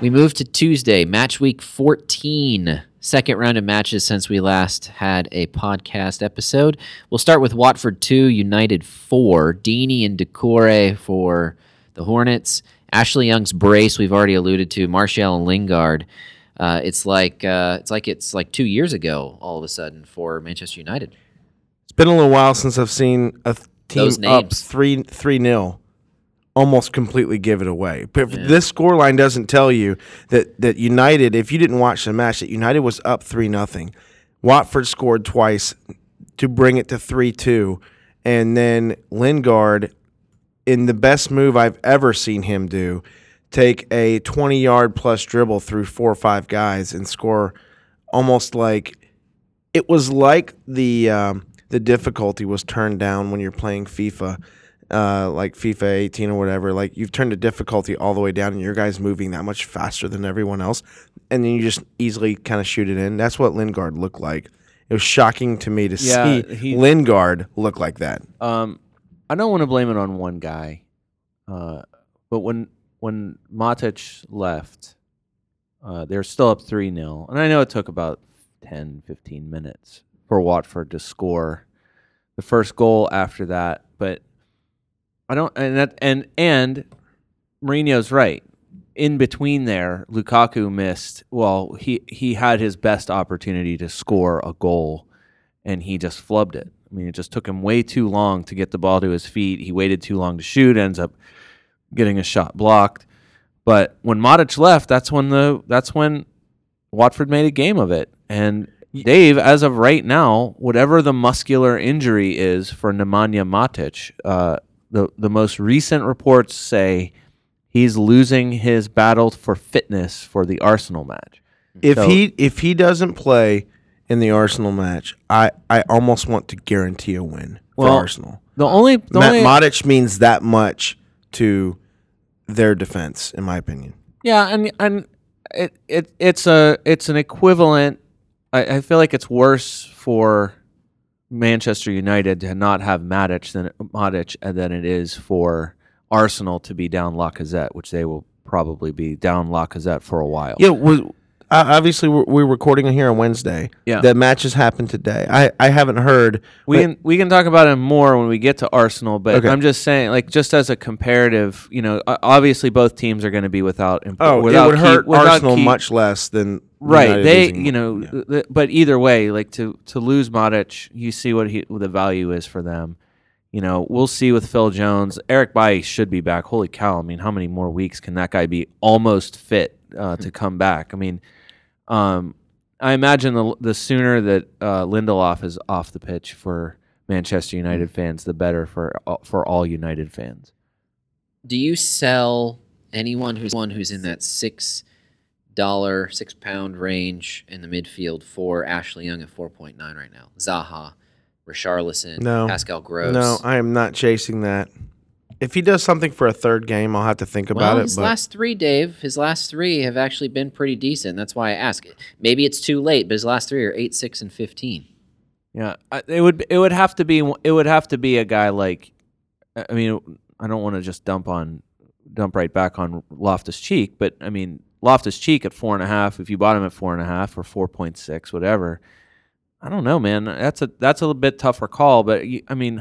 We move to Tuesday, match week 14. Second round of matches since we last had a podcast episode. We'll start with Watford 2, United 4. Deeney and Decore for the Hornets. Ashley Young's brace, we've already alluded to. Martial and Lingard. Uh, it's like uh, it's like it's like two years ago all of a sudden for Manchester United.
It's been a little while since I've seen a th- team
Those
up
names.
three three nil, almost completely give it away. But this scoreline doesn't tell you that that United, if you didn't watch the match, that United was up three nothing. Watford scored twice to bring it to three two, and then Lingard, in the best move I've ever seen him do, take a twenty yard plus dribble through four or five guys and score almost like it was like the um, the difficulty was turned down when you're playing FIFA, uh, like FIFA 18 or whatever. Like you've turned the difficulty all the way down, and your guy's moving that much faster than everyone else, and then you just easily kind of shoot it in. That's what Lingard looked like. It was shocking to me to
Yeah,
see
he-
Lingard look like that.
Um, I don't want to blame it on one guy, uh, but when when Matic left, uh, they were still up three 0 and I know it took about 10, 15 minutes for Watford to score the first goal after that. But I don't, and that, and and Mourinho's right. In between there, Lukaku missed. Well, he he had his best opportunity to score a goal and he just flubbed it. I mean, it just took him way too long to get the ball to his feet. He waited too long to shoot, ends up getting a shot blocked. But when Matic left, that's when the that's when Watford made a game of it. And Dave, as of right now, whatever the muscular injury is for Nemanja Matic, uh, the the most recent reports say he's losing his battle for fitness for the Arsenal match.
If
So-
he if he doesn't play in the Arsenal match, I, I almost want to guarantee a win
Well,
for Arsenal.
The only the
Ma-
only,
Matic means that much to their defense, in my opinion.
Yeah, and and it, it it's a it's an equivalent. I, I feel like it's worse for Manchester United to not have Matic than Matic than it is for Arsenal to be down Lacazette, which they will probably be down Lacazette for a while.
Yeah, was uh, obviously we're, we're recording here on Wednesday.
Yeah.
the matches happened today. I, I haven't heard.
We
but
can we can talk about it more when we get to Arsenal, but
Okay.
I'm just saying, like, just as a comparative, you know, o- obviously both teams are going to be without imp-
oh,
without
it would
key-
hurt
without
Arsenal
key-
much less than
right
United
they
losing-
you know
yeah.
th- th- but either way like to to lose Matic you see what he what the value is for them you know we'll see with Phil Jones Eric Bailly should be back holy cow I mean how many more weeks can that guy be almost fit uh,
Hmm.
to come back I mean um I imagine the the sooner that uh, Lindelof is off the pitch for Manchester
Hmm.
United fans the better for uh, for all United fans
Do you sell anyone who's one who's in that six dollar, six pound range in the midfield for Ashley Young at four point nine right now? Zaha, Richarlison,
No.
Pascal Gross.
No, I am not chasing that. If he does something for a third game, I'll have to think about
well,
it.
his
But
last three, Dave, his last three have actually been pretty decent. That's why I ask. Maybe it's too late, but his last three are eight, six, and fifteen.
Yeah, I, it would it would have to be it would have to be a guy like I I mean I don't want to just dump on dump right back on Loftus Cheek, but I mean Loftus Cheek at four and a half. If you bought him at four and a half or four point six, whatever, I don't know, man. That's a that's a little bit tougher call, but you, I mean,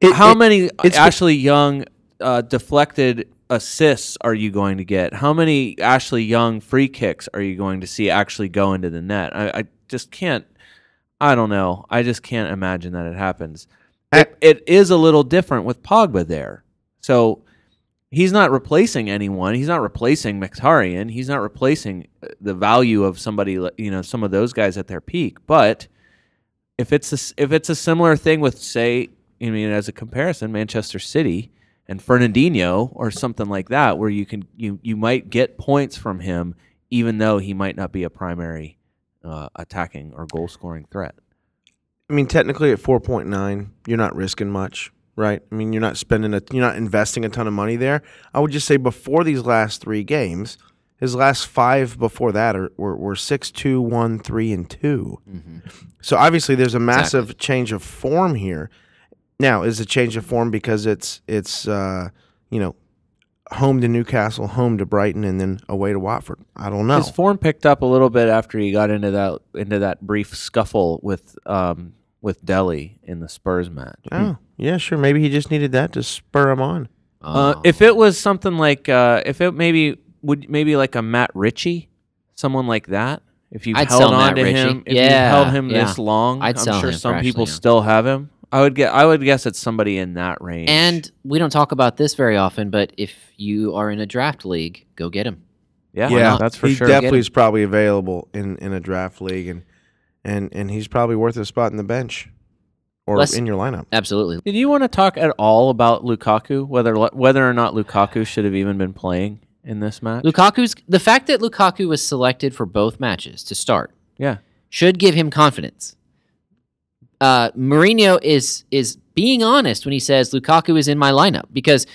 It-
how
it-
many
it's-
Ashley Young uh, deflected assists are you going to get? How many Ashley Young free kicks are you going to see actually go into the net? I, I just can't. I don't know. I just can't imagine that it happens.
I-
It, it is a little different with Pogba there. So he's not replacing anyone. He's not replacing Mkhitaryan. He's not replacing uh, the value of somebody, li- you know, some of those guys at their peak. But if it's a, s- if it's a similar thing with say, I mean, as a comparison, Manchester City and Fernandinho or something like that, where you can you you might get points from him even though he might not be a primary uh, attacking or goal scoring threat.
I mean, technically at 4.9, you're not risking much, right? I mean, you're not spending a, you're not investing a ton of money there. I would just say before these last three games, his last five before that are, were, were six, two, one, three, and 2. So obviously there's a massive change of form here. Now, is a change of form because it's, it's, uh, you know, home to Newcastle, home to Brighton, and then away to Watford? I don't know.
His form picked up a little bit after he got into that into that brief scuffle with um with Delhi in the Spurs match.
Oh, yeah, sure. Maybe he just needed that to spur him on.
Um, Oh.
Uh, if it was something like uh, if it maybe would maybe like a Matt Ritchie, someone like that. If you
I'd
held
sell
on
Matt
to
Ritchie.
him, if you
Yeah,
held him
yeah.
this long,
I'd
am
sell
sure
him
some
for
people
Ashley Young.
still have him. I would get. I would guess it's somebody in that range.
and we don't talk about this very often, but if you are in a draft league, go get him.
yeah,
yeah,
that's for
he
sure.
definitely is probably available in, in a draft league, and and and he's probably worth a spot in the bench or
Less-
in your lineup.
Absolutely.
Did you want to talk at all about Lukaku? Whether whether or not Lukaku should have even been playing in this match?
Lukaku's the fact that Lukaku was selected for both matches to start
yeah,
should give him confidence. Uh, Mourinho is is being honest when he says Lukaku is in my lineup because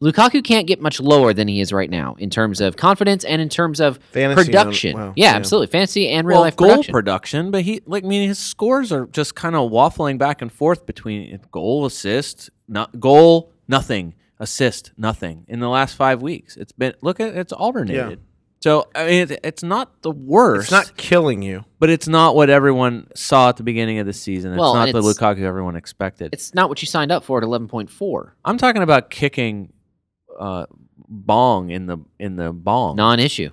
Lukaku can't get much lower than he is right now in terms of confidence and in terms of
Fantasy and-
production.
wow,
yeah,
yeah.
absolutely, fantasy and real
well,
life
goal
production.
production. but he like I mean his scores are just kind of waffling back and forth between goal, assist, not goal, nothing, assist, nothing. In the last five weeks, it's been look at it's alternated. So I mean, it, it's not the
It's
worst,
not killing you.
but it's not what everyone saw at the beginning of the season. It's
Well,
not
and
the
it's-
Lukaku everyone expected.
it's not what you signed up for at eleven point four.
I'm talking about kicking uh, bong in the in the bong.
Non-issue,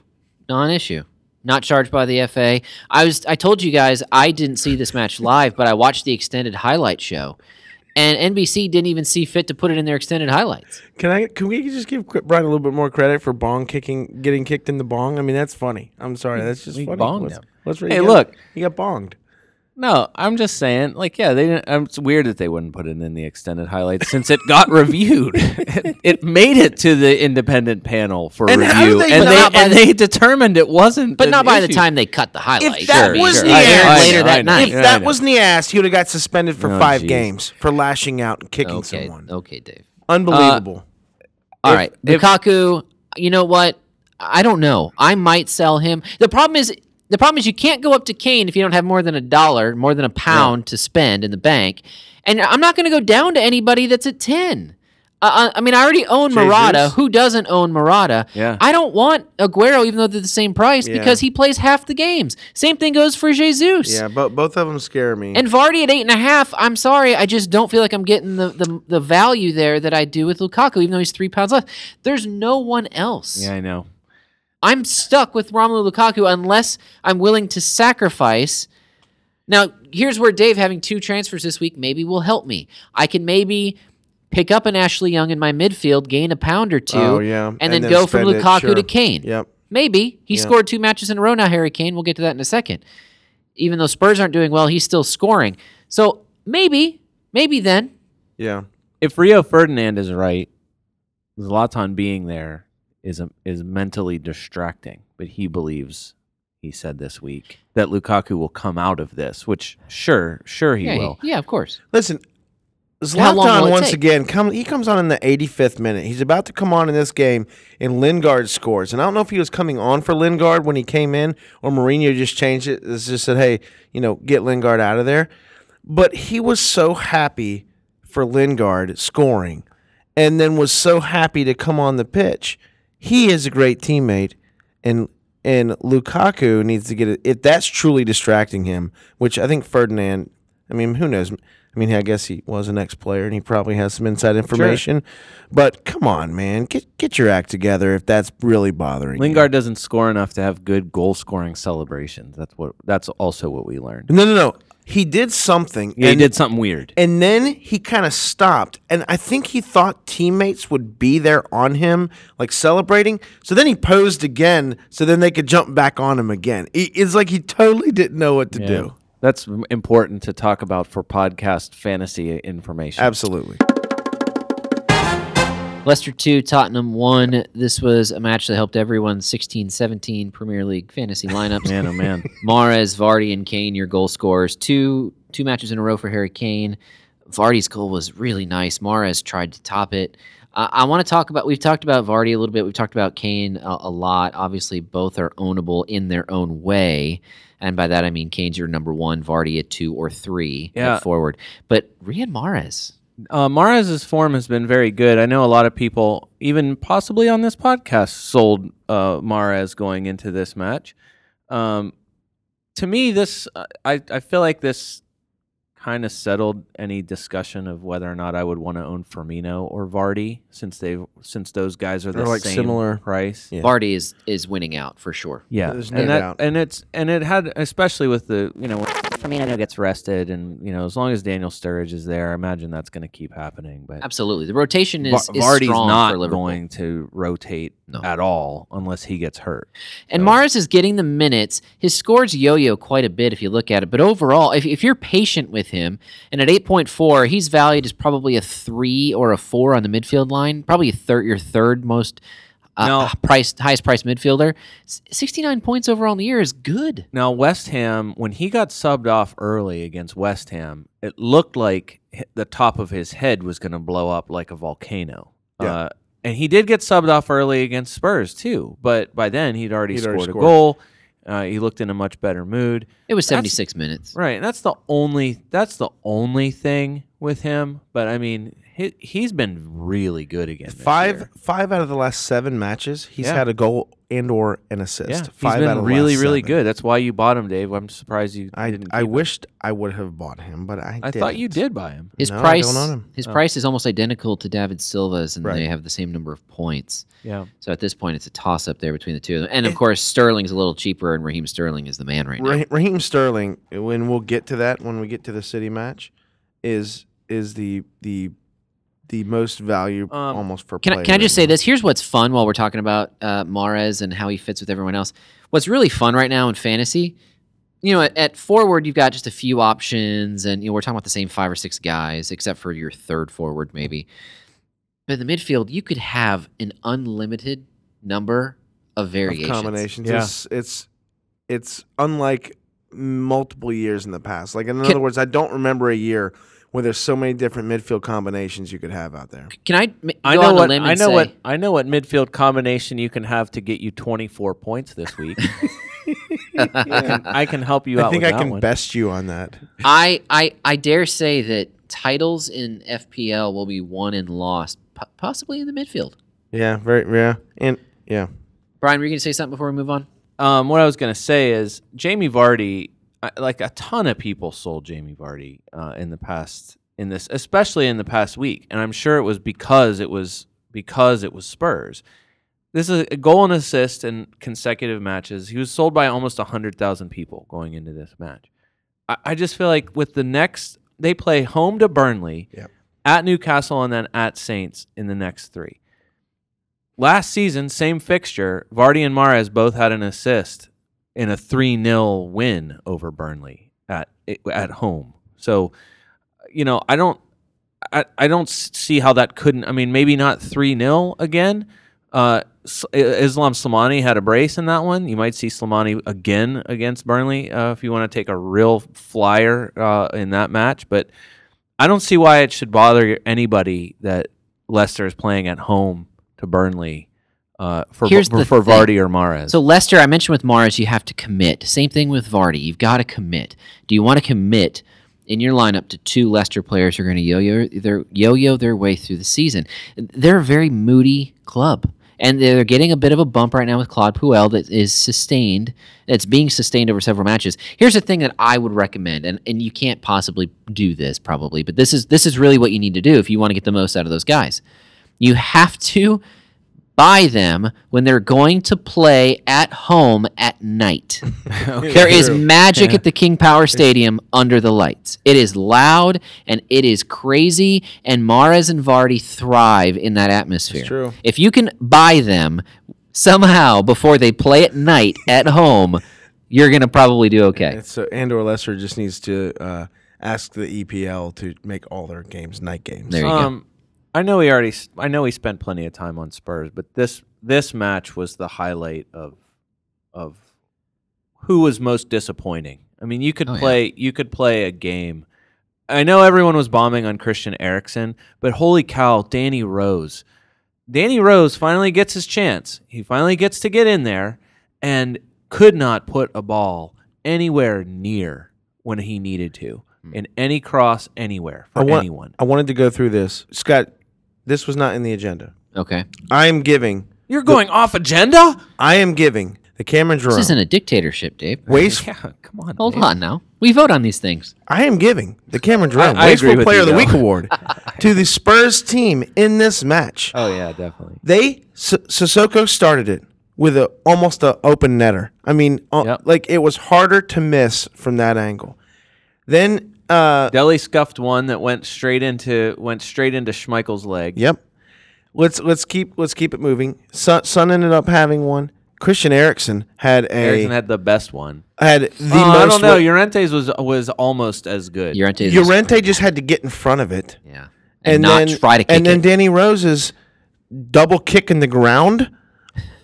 non-issue, not charged by the FA. I was I told you guys I didn't see this match live, but I watched the extended highlight show, and NBC didn't even see fit to put it in their extended highlights.
Can I? Can we just give Qu- Brian a little bit more credit for bong kicking, getting kicked in the bong? I mean, that's funny. I'm sorry, that's just
we
funny.
bonged
Let's-
him.
let's re-
Hey,
yeah,
look.
he got bonged.
No, I'm just saying, like, yeah, they didn't. Um, it's weird that they wouldn't put it in the extended highlights since it got reviewed. it, it made it to the independent panel for
And how
review,
did they
and
not
they
by
and
the-
they determined it wasn't.
But
an
not by the
issue.
time they cut the highlights.
that
I mean,
was the
I know,
end
I know,
later
I
that
know,
night.
yeah, I
that
know.
was in the ass, he would have got suspended for
Oh,
five
geez.
games for lashing out and kicking
okay,
someone. Uh,
okay, Dave.
Unbelievable.
All right,
if-
Lukaku. You know what? I don't know. I might sell him. The problem is, the problem is you can't go up to Kane if you don't have more than a dollar, more than a pound to spend in the bank. And I'm not going to go down to anybody that's at ten. Uh, I I mean, I already own Murata.
Jesus.
Who doesn't own Murata?
Yeah.
I don't want Aguero, even though they're the same price,
Yeah.
because he plays half the games. Same thing goes for Jesus.
yeah, but both of them scare me.
And Vardy at eight and a half, I'm sorry, I just don't feel like I'm getting the, the, the value there that I do with Lukaku, even though he's three pounds less. There's no one else.
Yeah, I know.
I'm stuck with Romelu Lukaku unless I'm willing to sacrifice. Now, here's where Dave having two transfers this week maybe will help me. I can maybe pick up an Ashley Young in my midfield, gain a pound or two,
Oh, yeah.
and,
And
then,
then
go from
spend it,
Lukaku
sure.
to Kane.
yep.
Maybe he scored two matches in a row now. Harry Kane. We'll get to that in a second. Even though Spurs aren't doing well, he's still scoring. So maybe, maybe then
Yeah.
If Rio Ferdinand is right, Zlatan being there is a, is mentally distracting, but he believes. He said this week that Lukaku will come out of this, which sure, sure he
yeah,
will.
yeah, of course.
Listen,
How long will
Zlatan
it
once
take?
again come. He comes on in the 85th minute. He's about to come on in this game, and Lingard scores. And I don't know if he was coming on for Lingard when he came in, or Mourinho just changed it. It's just said, "Hey, you know, get Lingard out of there." But he was so happy for Lingard scoring, and then was so happy to come on the pitch. He is a great teammate, and and Lukaku needs to get it. If that's truly distracting him, which I think Ferdinand, I mean, who knows? I mean, I guess he was an ex-player and he probably has some inside information. But come on, man, get get your act together if that's really bothering. you.
Lingard doesn't score enough to have good goal scoring celebrations. That's what. That's also what we learned.
No, no, no. he did something.
Yeah, he
and-
did something weird.
And then he kind of stopped. And I think he thought teammates would be there on him, like celebrating. So then he posed again, so then they could jump back on him again. I- It's like he totally didn't know what to do.
That's m- important to talk about for podcast fantasy information.
Absolutely.
Leicester 2, Tottenham 1. This was a match that helped everyone's 16 17 Premier League fantasy lineups.
man, oh man.
Mares, Vardy, and Kane, your goal scorers. Two two matches in a row for Harry Kane. Vardy's goal was really nice. Mares tried to top it. Uh, I want to talk about. We've talked about Vardy a little bit. We've talked about Kane a, a lot. Obviously, both are ownable in their own way, and by that I mean Kane's your number one, Vardy at two or three at
Yeah.
forward. But Riyad Mares,
Uh, Mares' form has been very good. I know a lot of people, even possibly on this podcast, sold uh, Mares going into this match. Um, to me, this uh, I, I feel like this kind of settled any discussion of whether or not I would want to own Firmino or Vardy, since they have since those guys are the
They're, like,
same
similar.
price.
Yeah.
Vardy is is winning out for sure.
Yeah,
There's no
and that,
doubt.
and it's and it had especially with the you know when Firmino gets rested, and you know as long as Daniel Sturridge is there, I imagine that's going to keep happening. But
Absolutely, the rotation is,
Va-
is
Vardy's
strong
not
for Liverpool.
going to rotate
No.
at all unless he gets hurt.
And Morris is getting the minutes. His scores yo yo quite a bit if you look at it. But overall, if, if you're patient with him, and at 8.4, he's valued as probably a three or a four on the midfield line, probably a third, your third most uh,
No.
priced, highest priced midfielder. S- 69 points overall in the year is good.
Now West Ham, when he got subbed off early against West Ham, it looked like h- the top of his head was going to blow up like a volcano.
Yeah.
Uh, and he did get subbed off early against Spurs too, but by then he'd already,
He'd
scored,
already
a
scored.
goal. Uh, he looked in a much better mood.
It was
That's-
76 minutes.
Right, and that's the only that's the only thing with him. But I mean, he he's been really good again. this
Five
year.
five out of the last seven matches, he's
Yeah.
had a goal and or an assist.
Yeah,
five
he's been
out of the
really
last
really
seven.
good. That's why you bought him, Dave. I'm surprised you
I
didn't.
I
keep him.
wished I would have bought him, but I
I
didn't.
thought you did buy him.
His
No, I don't
price,
own him.
his
Oh.
price is almost identical to David Silva's, and
Right.
they have the same number of points.
Yeah,
So at this point, it's a toss up there between the two of them. And of course, Sterling's a little cheaper, and Raheem Sterling is the man right now.
Raheem, Raheem Sterling, when we'll get to that when we get to the city match, is is the the the most value
Um,
almost for
Can I,
player
can I just
right
say
now.
this? Here's what's fun while we're talking about uh, Mares and how he fits with everyone else. What's really fun right now in fantasy, you know, at, at forward, you've got just a few options, and, you know, we're talking about the same five or six guys, except for your third forward, maybe. But in the midfield, you could have an unlimited number of variations.
Of combinations?
Yeah.
It's, it's it's unlike multiple years in the past. Like in
Can-
other words, I don't remember a year where there's so many different midfield combinations you could have out there.
Can I m- go
I
on
know
a
what
limb
I
and
know
say,
what I know what midfield combination you can have to get you 24 points this week. I, can, I can help you out.
I think
with
I
that
can
one.
best you on that.
I, I I dare say that titles in FPL will be won and lost, po- possibly in the midfield.
Yeah, very yeah. And yeah.
Brian, were you going to say something before we move on?
um, what I was gonna say is Jamie Vardy. I, like a ton of people sold Jamie Vardy uh, in the past, in this, especially in the past week, and I'm sure it was because it was because it was Spurs. This is a goal and assist in consecutive matches. He was sold by almost hundred thousand people going into this match. I, I just feel like with the next, they play home to Burnley,
Yep.
at Newcastle, and then at Saints in the next three. Last season, same fixture, Vardy and Mares both had an assist in a 3 0 win over Burnley at at home. So, you know, I don't. I, I don't s- see how that couldn't. I mean, maybe not 3 0 again. Uh, S- I- Islam Slimani had a brace in that one. You might see Slimani again against Burnley uh, if you want to take a real flyer uh, in that match. But I don't see why it should bother anybody that Leicester is playing at home to Burnley uh, for,
Here's
for,
the
for
thing.
Vardy or Mares.
So Lester, I mentioned with Mars, you have to commit. Same thing with Vardy. You've got to commit. Do you want to commit in your lineup to two Lester players who are going to yo-yo their yo-yo their way through the season? They're a very moody club. And they're getting a bit of a bump right now with Claude Puel that is sustained, that's being sustained over several matches. Here's the thing that I would recommend, and, and you can't possibly do this probably, but this is this is really what you need to do if you want to get the most out of those guys. You have to buy them when they're going to play at home at night. There is magic at the King Power Stadium under the lights. It is loud and it is crazy, and Mares and Vardy thrive in that atmosphere.
true.
If you can buy them somehow before they play at night at home, you're gonna probably do okay.
So Andor Lesser just needs to uh, ask the EPL to make all their games night games.
There you go.
Um, I know he already. s- I know he spent plenty of time on Spurs, but this this match was the highlight of of who was most disappointing. I mean, you could
Oh, yeah.
play you could play a game. I know everyone was bombing on Christian Eriksen, but holy cow, Danny Rose. Danny Rose finally gets his chance. He finally gets to get in there and could not put a ball anywhere near when he needed to
Hmm.
in any cross anywhere for
I want-
anyone.
I wanted to go through this, Scott. This was not in the agenda.
okay.
I am giving.
You're going off agenda?
I am giving the Cameron Jerome
This isn't a dictatorship, Dave.
waste.
Yeah, come on.
Hold
man.
on now. We vote on these things.
I am giving the Cameron Jerome
I agree
Wasteful
with
Player
you,
of the
though.
Week award to the Spurs team in this match.
Oh yeah, definitely.
They S- Sissoko started it with a almost a open netter. I mean, uh,
Yep.
like it was harder to miss from that angle. Then, uh,
Deli scuffed one that went straight into went straight into Schmeichel's leg.
yep. Let's let's keep let's keep it moving. Son, Son ended up having one. Christian Erickson had a
Erickson had the best one.
had the
Oh,
most.
I don't know.
wa-
Llorente's was was almost as good.
You're into this.
Llorente just had to get in front of it
Yeah. And,
and,
not
then
try to kick
and then
it.
Danny Rose's double kick in the ground,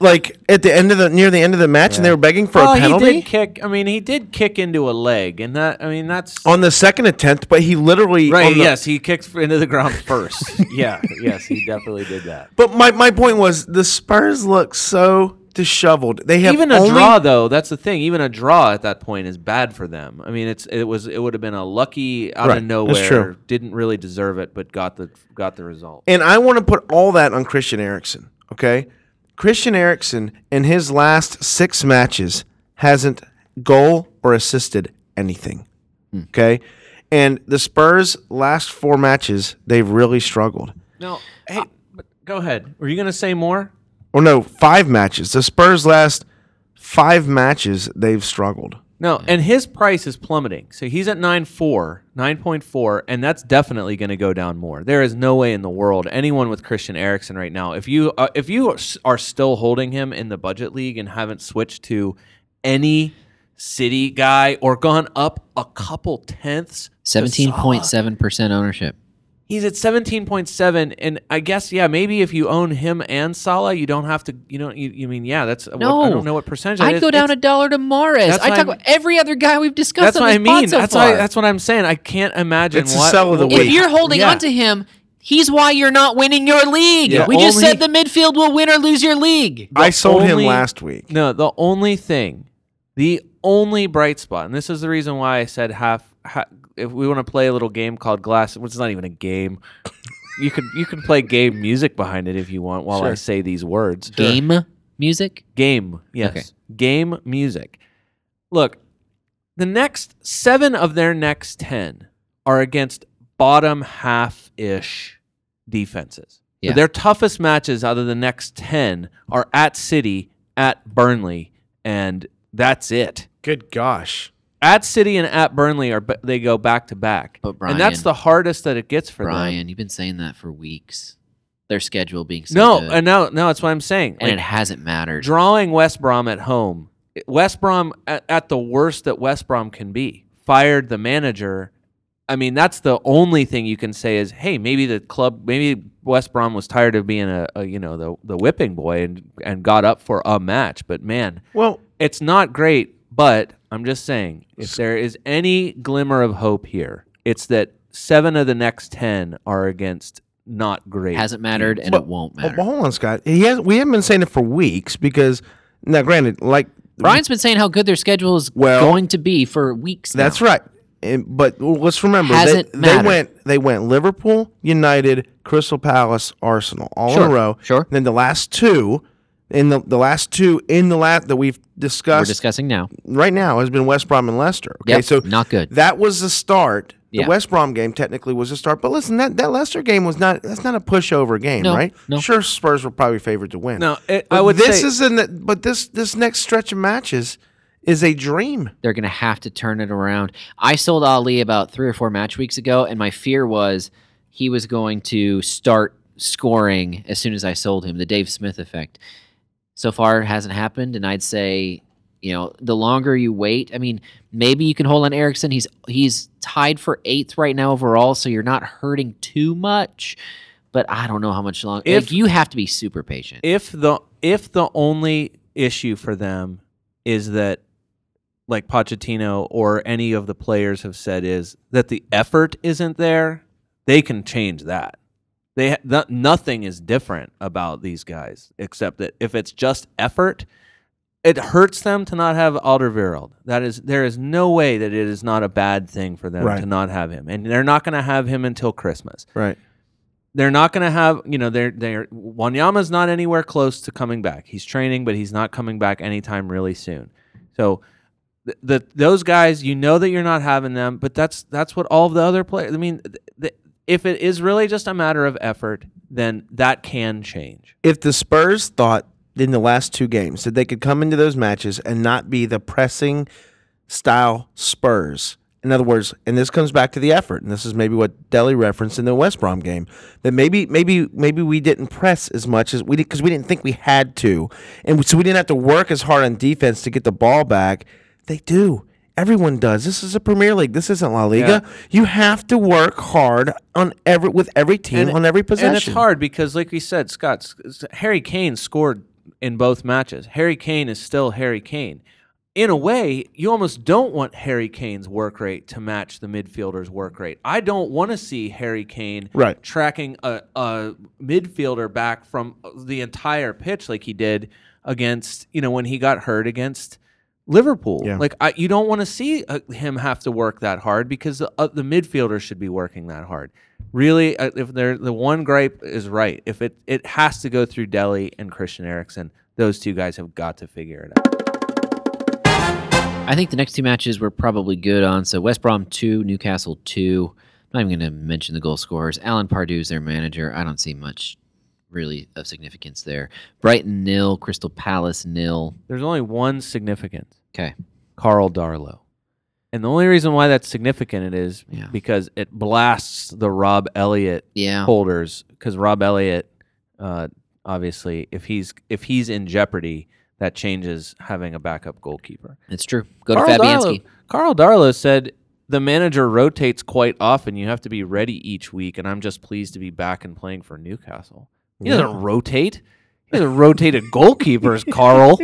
like at the end of the near the end of the match, and they were begging for
well,
a penalty.
Oh, he did kick. I mean, he did kick into a leg, and that. I mean, that's
on the second attempt, but he literally
right.
on the-
yes, he kicked into the ground first. yeah. Yes, he definitely did that.
But my, my point was the Spurs look so disheveled. They have
even a
only-
draw though that's the thing even a draw at that point is bad for them i mean it's it was it would have been a lucky out
Right,
of
that's
nowhere
true.
didn't really deserve it but got the got the result
And I want to put all that on Christian Erickson. Okay, Christian Erickson in his last six matches hasn't goal or assisted anything. Okay, and the Spurs last four matches they've really struggled.
no hey Uh, but go ahead were you going to say more
Or no, five matches. The Spurs last five matches they've struggled.
Mm-hmm.
no and his price is plummeting so he's at 9.4 9.4 and that's definitely going to go down more there is no way in the world anyone with christian erickson right now if you uh, if you are s- are still holding him in the budget league and haven't switched to any city guy or gone up a couple tenths to
Seventeen point
Salah.
seven percent ownership.
He's at seventeen point seven, and I guess yeah, maybe if you own him and Salah, you don't have to. You don't. You, you mean yeah? That's
No.
What, I don't know what percentage. that
I'd
is.
go down
It's-
a dollar to Mares.
That's
I
what
talk
I'm-
about every other guy we've discussed
That's
on
what I
this pod
mean.
so
that's
far.
why. That's what I'm saying. I can't imagine.
It's a
what,
sell of the
what-
week.
if you're holding
Yeah.
on to him, he's why you're not winning your league.
Yeah,
we just
only-
said the midfield will win or lose your league.
I sold him
only-
last week.
No, the only thing, the only bright spot, and this is the reason why I said half. ha if we want to play a little game called Glass, which is not even a game, you could you could play game music behind it if you want while I
Sure.
say these words.
Game music.
Game, yes.
Okay.
Game music. Look, the next seven of their next 10 are against bottom half ish defenses. So
Yeah.
their toughest matches out of the next 10 are at City, at Burnley, and that's it.
Good gosh.
At City and at Burnley are but they go back to back.
But
and that's
Brian-
the hardest that it gets for them.
Brian, you've been saying that for weeks. Their schedule being so
no,
good.
and no, no, that's what I'm saying.
and
Like,
it hasn't mattered.
drawing West Brom at home. West Brom at, at the worst that West Brom can be. Fired the manager. I mean, that's the only thing you can say is, hey, maybe the club, maybe West Brom was tired of being a, a you know the the whipping boy and and got up for a match. But man,
Well,
it's not great. But I'm just saying, if there is any glimmer of hope here, it's that seven of the next ten are against not great.
hasn't mattered and
But-
it won't
Oh,
matter.
well, hold on, Scott. He has, we haven't been saying it for weeks because now, granted, like
Brian's been saying how good their schedule is
Well,
going to be for weeks. now.
that's right. And- but let's remember they,
Hasn't
they
mattered.
went they went Liverpool, United, Crystal Palace, Arsenal, all in
Sure,
a row.
sure.
Then the last two in the the last two in the last that we've
we're
discussed
discussing now.
right now has been West Brom and Leicester. Okay,
Yep,
so
not good.
that was the start The
Yeah.
West Brom game technically was a start, but listen, that, that Leicester game was not. That's not a pushover game,
No,
right?
no.
Sure, Spurs were probably favored to win.
No, it,
But
I would
This
say
is an, but this this next stretch of matches is a dream.
they're going to have to turn it around. I sold Ali about three or four match weeks ago, and my fear was he was going to start scoring as soon as I sold him, the Dave Smith effect. So far, it hasn't happened, and I'd say, you know, the longer you wait, I mean, maybe you can hold on Erickson. He's he's tied for eighth right now overall, so you're not hurting too much. But I don't know how much longer.
If-
like, you have to be super patient.
if the if the only issue for them is that like Pochettino or any of the players have said is that the effort isn't there, they can change that. They ha- no- nothing is different about these guys except that if it's just effort, it hurts them to not have Alderweireld. That is there is no way that it is not a bad thing for them
Right.
to not have him. And they're not going to have him until Christmas
Right.
they're not going to have you know they're they're Wanyama's not anywhere close to coming back. He's training, but he's not coming back anytime really soon. So th the those guys, you know that you're not having them, but that's that's what all of the other players. I mean, th- th- if it is really just a matter of effort, then that can change.
If the Spurs thought in the last two games that they could come into those matches and not be the pressing style Spurs, in other words, and this comes back to the effort, and this is maybe what Delhi referenced in the West Brom game, that maybe maybe maybe we didn't press as much as we did because we didn't think we had to, and so we didn't have to work as hard on defense to get the ball back. They do. Everyone does. This is a Premier League. This isn't La Liga. You have to work hard on every with every team on every possession.
And it's hard because, like we said, Scott, s- s- Harry Kane scored in both matches. Harry Kane is still Harry Kane. In a way, you almost don't want Harry Kane's work rate to match the midfielder's work rate. I don't want to see Harry Kane
Right.
tracking a, a midfielder back from the entire pitch like he did against, you know, when he got hurt against Liverpool.
Yeah.
Like I, you don't want to see uh, him have to work that hard because the, uh, the midfielder should be working that hard. Really, uh, if there the one gripe is right, if it it has to go through Delhi and Christian Eriksen, those two guys have got to figure it out.
I think the next two matches we're probably good on. So West Brom two, Newcastle two. I'm not even going to mention the goal scorers. Alan Pardew's their manager. I don't see much really of significance there. Brighton nil, Crystal Palace nil.
There's only one significance.
Okay.
Carl Darlow. And the only reason why that's significant it is
Yeah.
because it blasts the Rob Elliott
Yeah.
holders because Rob Elliott, uh, obviously, if he's if he's in jeopardy, that changes having a backup goalkeeper.
It's true. Go to Fabianski.
Darlow, Carl Darlow said the manager rotates quite often. You have to be ready each week, and I'm just pleased to be back and playing for Newcastle. He doesn't rotate. He doesn't rotate a goalkeepers, Carl.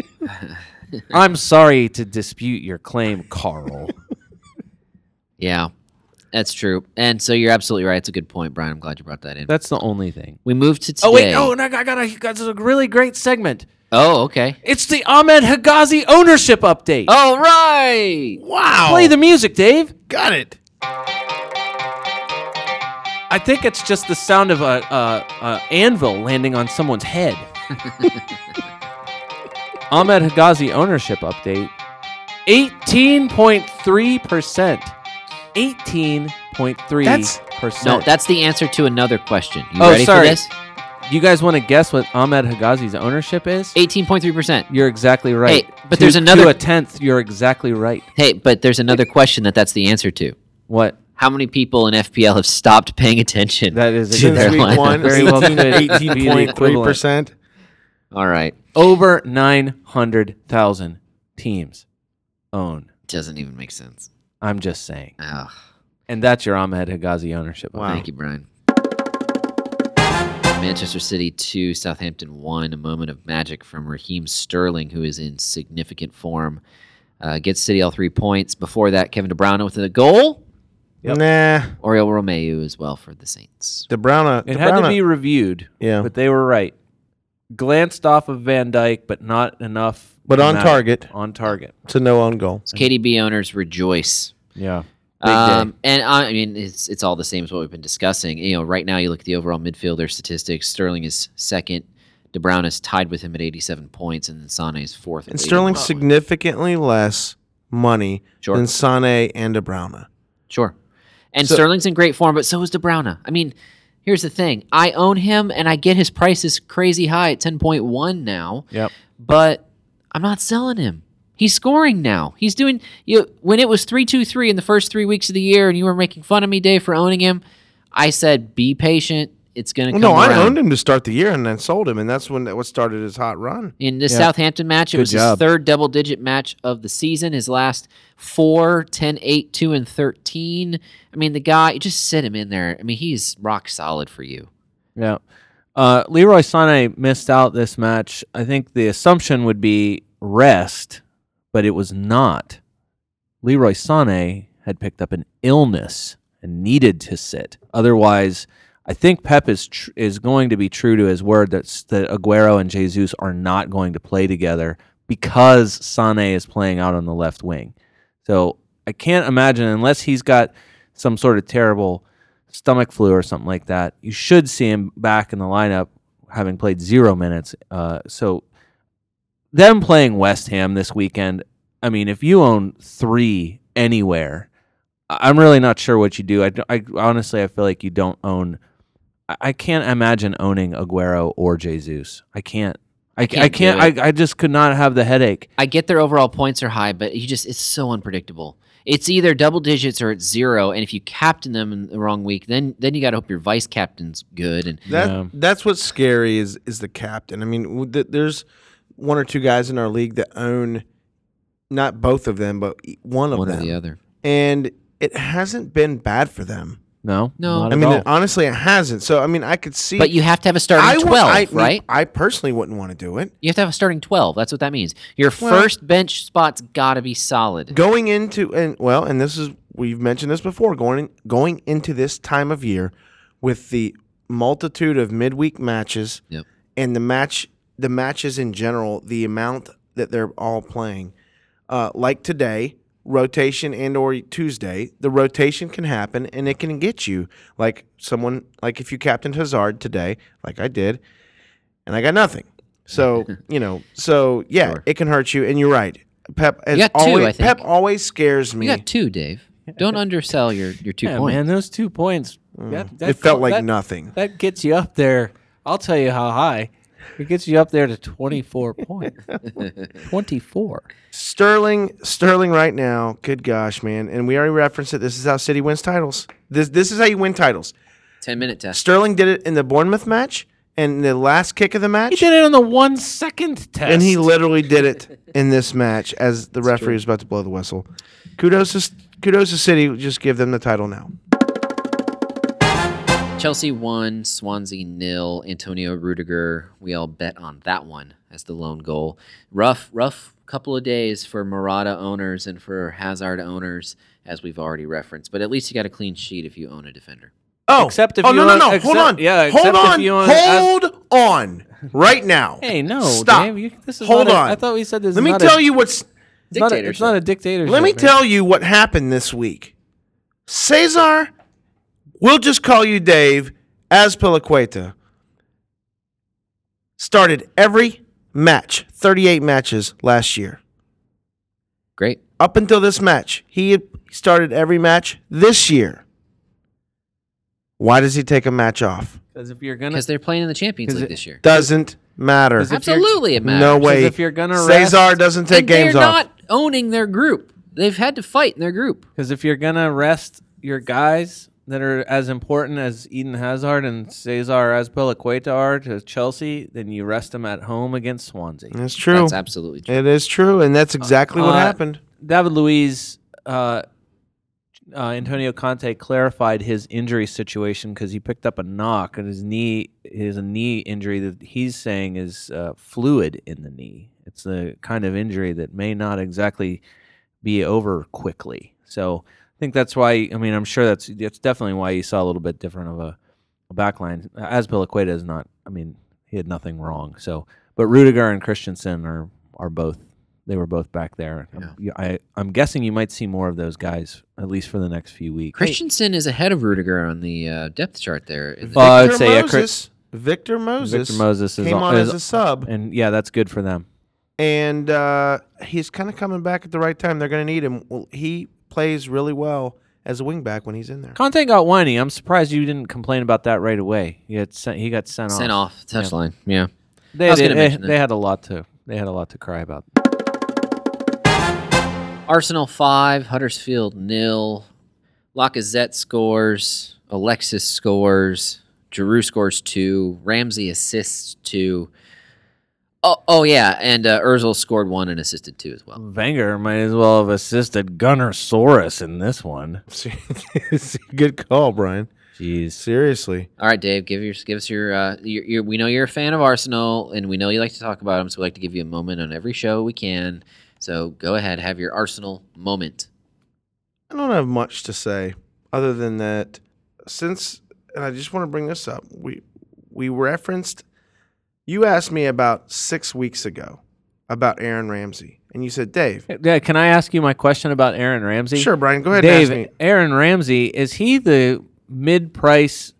I'm sorry to dispute your claim, Carl.
Yeah. That's true. And so you're absolutely right. It's a good point, Brian. I'm glad you brought that in.
That's the only thing.
We move to today.
Oh wait, oh, and I got, I got, a, I got a really great segment.
Oh, okay.
It's the Ahmed Hagazi ownership update.
All right.
Wow.
Play the music, Dave.
Got it.
I think it's just the sound of a, a, a anvil landing on someone's head. Ahmed Hagazi ownership update: eighteen point three percent. Eighteen point three
That's-
percent.
No, that's the answer to another question. You
Oh,
ready
sorry.
for this?
you guys want to guess what Ahmed Hagazi's ownership is?
18.3%.
You're exactly right.
Hey, but
To-
there's
to
another-
a tenth. You're exactly right.
Hey, but there's another question that that's the answer to.
What?
how many people in FPL have stopped paying attention?
That is
Since
They're
week
lying.
one,
Very well could be the
eighteen point three
equivalent.
percent.
All right,
over 900,000 teams own.
doesn't even make sense.
I'm just saying.
Ugh.
And that's your Ahmed Hagazi ownership.
Wow.
update.
Thank you, Brian. Manchester City 2, Southampton 1. A moment of magic from Raheem Sterling, who is in significant form. Uh, gets City all three points. Before that, Kevin De Bruyne with a goal.
Nah,
Oriel Romeu as well for the Saints.
De Bruyne.
It
De
had to
Bruyne-
be reviewed,
uh, Yeah.
but they were right. Glanced off of Van Dyke, but not enough.
But
to
on
matter.
target.
On target.
to no own goal.
So KDB owners rejoice.
Yeah.
Um, and I I mean, it's it's all the same as what we've been discussing. You know, right now you look at the overall midfielder statistics. Sterling is second. De Bruyne is tied with him at 87 points, and then Sane is fourth.
And Sterling
significant.
significantly less money
Sure.
than Sane and De Bruyne.
Sure. And
So-
Sterling's in great form, but so is DeBrowna. I mean, here's the thing: I own him, and I get his price is crazy high at ten point one now.
Yep.
But I'm not selling him. He's scoring now. He's doing. You when it was three two three in the first three weeks of the year, and you were making fun of me, Dave, for owning him. I said, be patient. It's gonna come
no, I
around.
owned him to start the year and then sold him, and that's when that what started his hot run.
In the Southampton match, it was his
job.
third double digit match of the season, his last four, 10, 8, 2, and 13. I mean, the guy, just sit him in there. I mean, he's rock solid for you.
Yeah. Uh, Leroy Sané missed out this match. I think the assumption would be rest, but it was not. Leroy Sané had picked up an illness and needed to sit. Otherwise, I think Pep is tr- is going to be true to his word that s- that Aguero and Jesus are not going to play together because Sané is playing out on the left wing. So I can't imagine unless he's got some sort of terrible stomach flu or something like that. You should see him back in the lineup, having played zero minutes. Uh, so them playing West Ham this weekend. I mean, if you own three anywhere, I- I'm really not sure what you do. I, d- I- honestly, I feel like you don't own. I- I can't imagine owning Aguero or Jesus. I can't. I,
can't
can't. I
do
can't. I, I just could not have the headache.
I get their overall points are high, but he just, it's so unpredictable. It's either double digits or it's zero. And if you captain them in the wrong week, then then you got to hope your vice captain's good. And
That
Yeah.
that's what's scary is is the captain. I mean, w- th- there's one or two guys in our league that own not both of them, but e- one of
one or
them,
the other.
and it hasn't been bad for them.
No.
No.
Not
I
at
mean,
all.
it- honestly, it hasn't. So I mean, I could see.
But you have to have a starting
I
12,
would- I,
right?
I personally wouldn't want to do it.
You have to have a starting 12. That's what that means. Your
Well-
first bench spot's got to be solid.
Going into and well, and this is we've mentioned this before. Going going into this time of year with the multitude of midweek matches
Yep.
and the match the matches in general, the amount that they're all playing, uh, like today rotation and or Tuesday, the rotation can happen and it can get you like someone like if you captained Hazard today, like I did, and I got nothing. So you know, so yeah,
Sure.
it can hurt you. And you're right. Pep has
You got two,
always
I think.
Pep always scares me.
You got two, Dave. Don't undersell your your two
Yeah,
points.
man, those two points. That, that
it felt
col-
like
that-
nothing.
That gets you up there. I'll tell you how high. It gets you up there to 24 points. 24.
Sterling, Sterling, right now. Good gosh, man! And we already referenced it. This is how City wins titles. This this is how you win titles.
Ten minute test.
Sterling did it in the Bournemouth match and the last kick of the match.
He did it on the one second test.
and he literally did it in this match as the referee was about to blow the whistle. Kudos to kudos to City. Just give them the title now.
Chelsea won, Swansea nil. Antonio Rudiger. We all bet on that one as the lone goal. Rough, rough couple of days for Murata owners and for Hazard owners, as we've already referenced. But at least you got a clean sheet if you own a defender.
Oh,
Except if
oh,
you
no, no,
own-
no. hold
except-
on.
yeah,
hold
except if
on.
you own-
hold on. Right now.
Hey, no,
Stop.
Dave, you- this is
hold
not a-
on.
I thought we said this
Let
is
me
not a-
tell you what's.
It's not a, it's not a dictatorship.
Let me
man.
tell you what happened this week. Cesar, we'll just call you Dave. As Piliqueta started every match, 38 matches last year.
Great.
up until this match. He had started every match this year. Why does he take a match off?
Because if you're gonna,
Because they're playing in the Champions League this year.
Doesn't matter.
Is if you're-
Absolutely, it matters.
No way.
if you're gonna
Cesar
rest-
doesn't
And
take games
they're
off.
not owning their group. They've had to fight in their group.
because if you're gonna rest your guys that are as important as Eden Hazard and Cesar Azpilicueta are to Chelsea, then you rest them at home against Swansea.
It's true.
That's absolutely true.
it is true, and that's exactly what
Uh,
happened.
David Luiz, uh, uh, Antonio Conte clarified his injury situation because he picked up a knock and his knee is a knee injury that he's saying is uh, fluid in the knee. It's the kind of injury that may not exactly be over quickly. So I think that's why. I mean, I'm sure that's that's definitely why you saw a little bit different of a, a back line. Azpilicueta is not. I mean, he had nothing wrong. So, but Rudiger and Christensen are are both. They were both back there. I'm- you- I, I'm guessing you might see more of those guys at least for the next few weeks.
Christensen is ahead of Rudiger on the uh, depth chart there. in the-
Uh, I would
Victor
say, yeah,
Moses,
Chris-
Victor Moses,
Victor Moses is
came on
is-
as a sub,
and yeah, that's good for them.
and uh, he's kind of coming back at the right time. They're going to need him. Well, he plays really well as a wingback when he's in there.
Conte got whiny. I'm surprised you didn't complain about that right away. He got sent, he got sent,
Sent
off.
off touchline. Yeah.
They,
I was
they-
gonna
they-
mention that.
they had a lot to they had a lot to cry about.
Arsenal five, Huddersfield nil. Lacazette scores. Alexis scores. Giroud scores two. Ramsey assists two. Oh, oh yeah, and uh, Özil scored one and assisted two as well.
Wenger might as well have assisted Gunnar Soros in this one.
Good call, Brian.
Jeez.
Seriously.
All right, Dave, give your give us your, uh, your, your. We know you're a fan of Arsenal, and we know you like to talk about them, so we like to give you a moment on every show we can. So go ahead, have your Arsenal moment.
I don't have much to say other than that since and I just want to bring this up. We we referenced you asked me about 6 weeks ago about Aaron Ramsey and you said, "Dave,
Yeah, can I ask you my question about Aaron Ramsey?
sure Brian, go ahead
Dave,
and ask me."
Aaron Ramsey, is he the mid price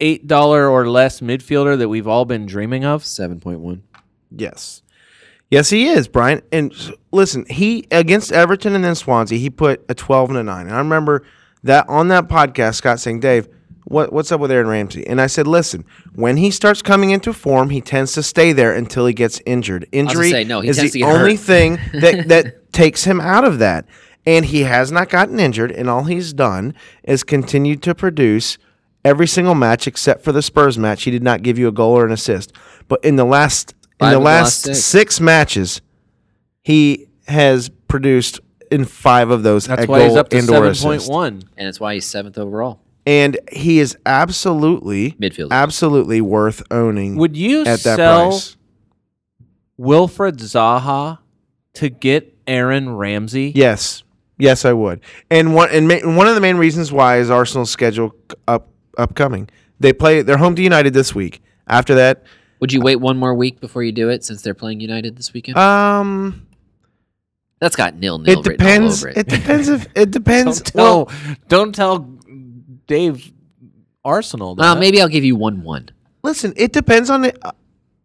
eight dollar or less midfielder that we've all been dreaming of?
Seven point one.
Yes. Yes, he is, Brian. And s- listen, he against Everton and then Swansea, he put a 12 and a 9. And I remember that on that podcast Scott saying, "Dave, what, what's up with Aaron Ramsey?" And I said, "Listen, when he starts coming into form, he tends to stay there until he gets injured.
gonna
Injury
say, no, he
is
tends to
the
get
only
hurt.
thing that that takes him out of that. And he has not gotten injured, and all he's done is continued to produce every single match except for the Spurs match. He did not give you a goal or an assist. But in the last in
Five
the
of the last
last
six.
six. matches, he has produced in five of those.
That's
a
why he's
goal
up to
and or
seven
assist.
point one.
and it's why he's seventh overall.
And he is absolutely
Midfielder.
absolutely worth owning
Would you
at that
sell
price.
Wilfred Zaha to get Aaron Ramsey?
Yes, yes, I would. And one and, ma- and one of the main reasons why is Arsenal's schedule c- up upcoming. They play. They're home to United this week. After that,
Would you wait one more week before you do it since they're playing United this weekend?
um,
That's got nil nil
it
written
depends.
all over
It.
it.
depends if it depends.
Don't tell, don't tell Dave Arsenal.
Uh,
that.
maybe I'll give you one one.
Listen, it depends on the,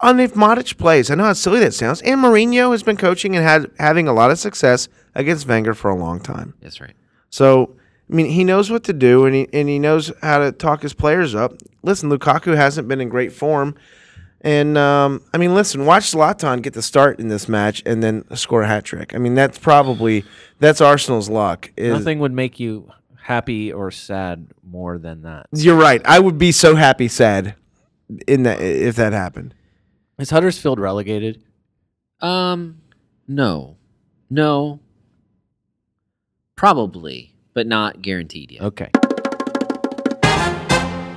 on if Modic plays. I know how silly that sounds. And Mourinho has been coaching and had having a lot of success against Wenger for a long time.
That's right.
So I mean, he knows what to do, and he and he knows how to talk his players up. Listen, Lukaku hasn't been in great form, and um, I mean, listen, watch Zlatan get the start in this match and then score a hat trick. I mean, that's probably that's Arsenal's luck. Is
Nothing would make you happy or sad more than that.
you're right. I would be so happy, sad, in that if that happened.
Is Huddersfield relegated?
Um, no, no, probably, but not guaranteed yet.
Okay.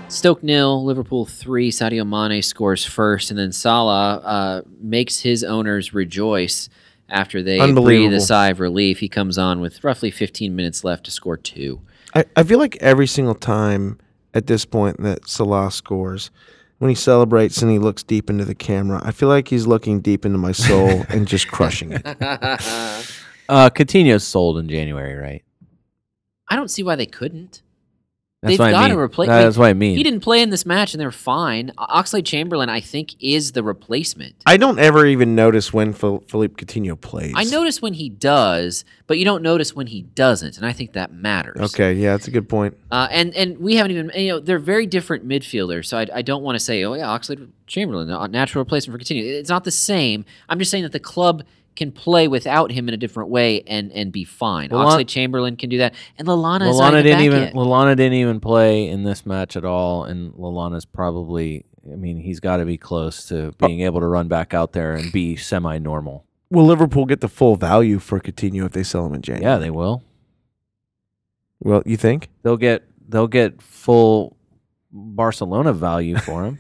Stoke nil, Liverpool three. Sadio Mane scores first, and then Salah uh, makes his owners rejoice after they breathe a
Unbelievable.
sigh of relief. He comes on with roughly 15 minutes left to score two.
I, I feel like every single time at this point that Salah scores, when he celebrates and he looks deep into the camera, I feel like he's looking deep into my soul and just crushing it.
I
Uh, Coutinho's sold in January, right?
don't see why they couldn't.
That's
They've
what I
gotta
mean.
replace-
That's what I mean.
He didn't play in this match, and they were fine. Oxley Chamberlain, I think, is the replacement.
I don't ever even notice when Phil- Philippe Coutinho plays.
I notice when he does, but you don't notice when he doesn't, and I think that matters.
Okay, yeah, that's a good point.
Uh, and and we haven't even you know they're very different midfielders, so I, I don't want to say oh yeah Oxley Chamberlain a natural replacement for Coutinho. It's not the same. I'm just saying that the club can play without him in a different way and and be fine.
Lallana-
Oxley Chamberlain can do that, and Lalana is not
Lalana
even
didn't
back
even
yet.
Lalana didn't even play in this match at all, and Lalana's probably. I mean, he's got to be close to being able to run back out there and be semi-normal.
Will Liverpool get the full value for Coutinho if they sell him in January?
Yeah, they will.
Well, you think?
They'll get they'll get full Barcelona value for him,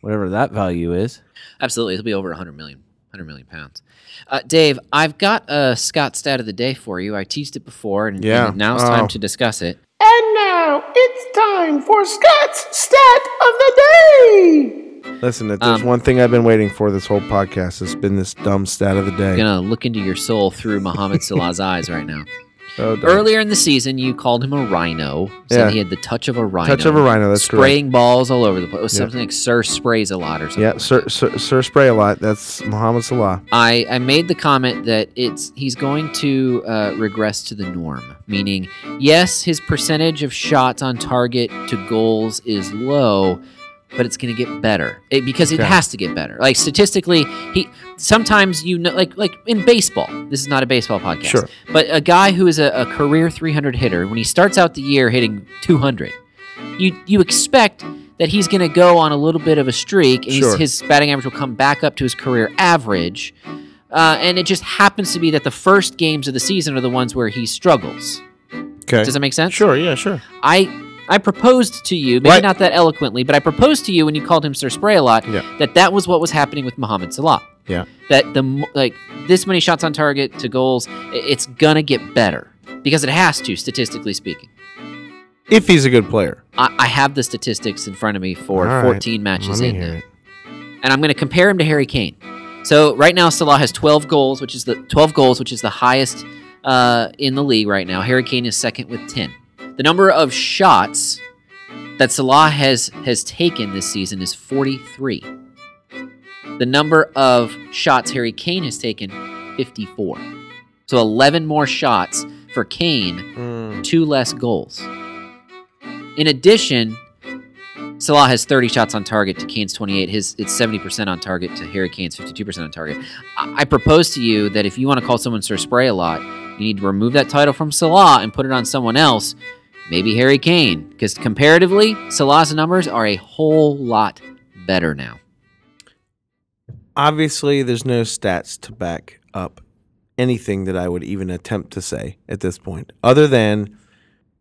whatever that value is.
Absolutely, it'll be over 100 million, 100 million pounds. Uh, Dave, I've got a Scott stat of the day for you. I teased it before, and,
Yeah.
and now it's
Oh.
time to discuss it.
And now it's time for Scott's Stat of the Day!
Listen, if there's
Um,
one thing I've been waiting for this whole podcast, it's been this dumb stat of the day.
gonna look into your soul through Muhammad Salah's eyes right now.
Oh, darn.
Earlier in the season, you called him a rhino. Said
Yeah.
he had the touch of a rhino.
Touch of a rhino. That's correct.
spraying balls all over the place. It was Something like Sir sprays a lot or something.
Yeah,
like
sir,
that.
sir, sir, spray a lot. That's Muhammad Salah.
I, I made the comment that it's he's going to uh, regress to the norm, meaning yes, his percentage of shots on target to goals is low, but it's going to get better It- because it
Okay.
has to get better. Like statistically, he sometimes you know like like in baseball. This is not a baseball podcast,
Sure.
but a guy who is a, a career 300 hitter when he starts out the year hitting 200, you you expect. That he's going to go on a little bit of a streak, and
Sure.
his, his batting average will come back up to his career average, uh, and it just happens to be that the first games of the season are the ones where he struggles.
Okay.
Does that make sense?
Sure. Yeah. Sure.
I I proposed to you, maybe
Right.
not that eloquently, but I proposed to you when you called him Sir Spray a lot
Yeah.
that that was what was happening with Mohamed Salah.
Yeah.
That the mo- like this many shots on target to goals, i- it's gonna get better because it has to, statistically speaking.
If he's a good player.
I, I have the statistics in front of me for
All right.
14 matches
Let me
in
hear
now.
it.
and I'm going to compare him to Harry Kane. So right now, Salah has 12 goals, which is the 12 goals, which is the highest uh, in the league right now. Harry Kane is second with 10. The number of shots that Salah has has taken this season is 43. The number of shots Harry Kane has taken, 54. So 11 more shots for Kane
Hmm.
two less goals. In addition, Salah has 30 shots on target to Kane's 28. His it's 70% on target to Harry Kane's 52% on target. I, I propose to you that if you want to call someone Sir Spray a lot, you need to remove that title from Salah and put it on someone else, maybe Harry Kane, because comparatively, Salah's numbers are a whole lot better now.
Obviously, there's no stats to back up anything that I would even attempt to say at this point, other than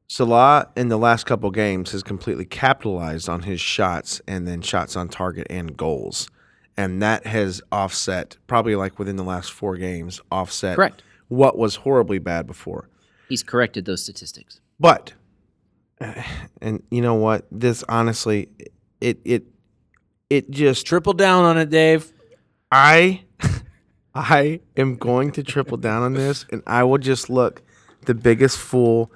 Salah in the last couple games has completely capitalized on his shots and then shots on target and goals. And that has offset, probably like within the last four games, offset
Correct.
what was horribly bad before.
He's corrected those statistics.
But and you know what? This honestly, it it it just
Triple down on it, Dave.
I I am going to triple down on this, and I will just look the biggest fool,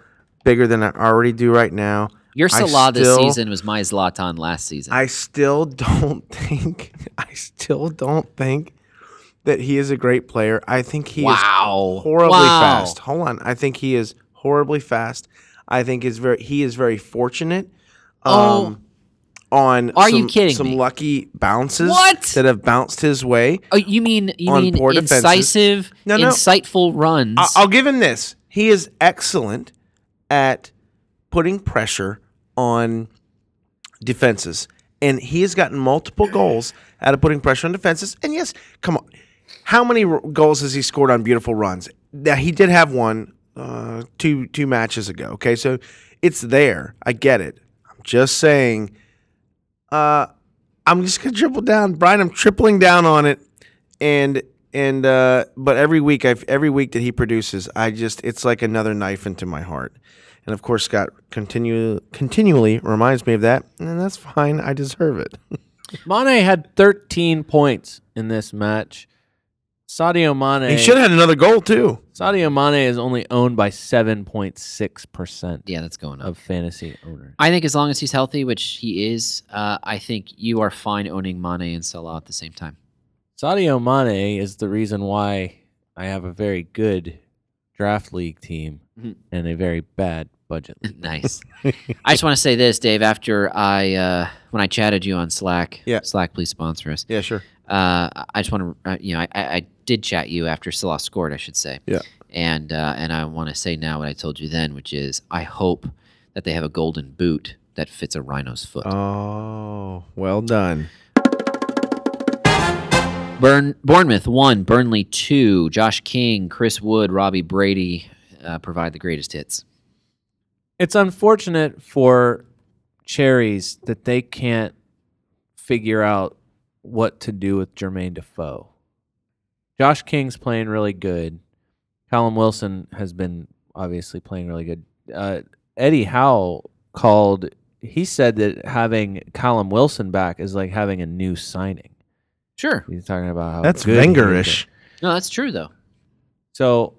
bigger than I already do right now.
Your
I
Salah this
still-
season was my Zlatan last season.
I still don't think. I still don't think that he is a great player. I think he
Wow.
is horribly
Wow.
fast. Hold on. I think he is horribly fast. I think is very. He is very fortunate. um,
Oh.
On
Are
some,
you kidding
some
me?
lucky bounces
What?
that have bounced his way.
Oh, you mean you
on
mean
poor defenses.
incisive,
No, no.
insightful runs?
I- I'll give him this. He is excellent at putting pressure on defenses, and he has gotten multiple goals out of putting pressure on defenses. And yes, come on, how many r- goals has he scored on beautiful runs? Now he did have one uh, two two matches ago. Okay, so it's there. I get it. I'm just saying. Uh, I'm just gonna triple down, Brian. I'm tripling down on it, and and uh, but every week I've every week that he produces, I just it's like another knife into my heart. And of course, Scott continue continually reminds me of that, and that's fine. I deserve it.
Mane had 13 points in this match. Sadio Mane.
he should have had another goal too.
Sadio Mane is only owned by 7.6 percent
yeah, that's going up.
of fantasy owners.
I think as long as he's healthy, which he is, uh, I think you are fine owning Mane and Salah at the same time.
Sadio Mane is the reason why I have a very good draft league team
Mm-hmm.
Mhm.
and a very bad budget league.
nice. I just want to say this, Dave. After I uh, when I chatted you on Slack,
Yeah.
Slack, please sponsor us.
Yeah, sure.
Uh, I just want to, uh, you know, I, I I did chat you after Salah scored, I should say.
Yeah.
And uh, and I want to say now what I told you then, which is I hope that they have a golden boot that fits a rhino's foot.
Oh, well done.
Burn, Bournemouth one, Burnley two. Josh King, Chris Wood, Robbie Brady uh, provide the greatest hits.
It's unfortunate for cherries that they can't figure out what to do with Jermaine Defoe. Josh King's playing really good. Callum Wilson has been obviously playing really good. Uh, Eddie Howe called. He said that having Callum Wilson back is like having a new signing.
Sure,
He's talking about how
That's
good he is.
Wenger-ish.
no, that's true though.
So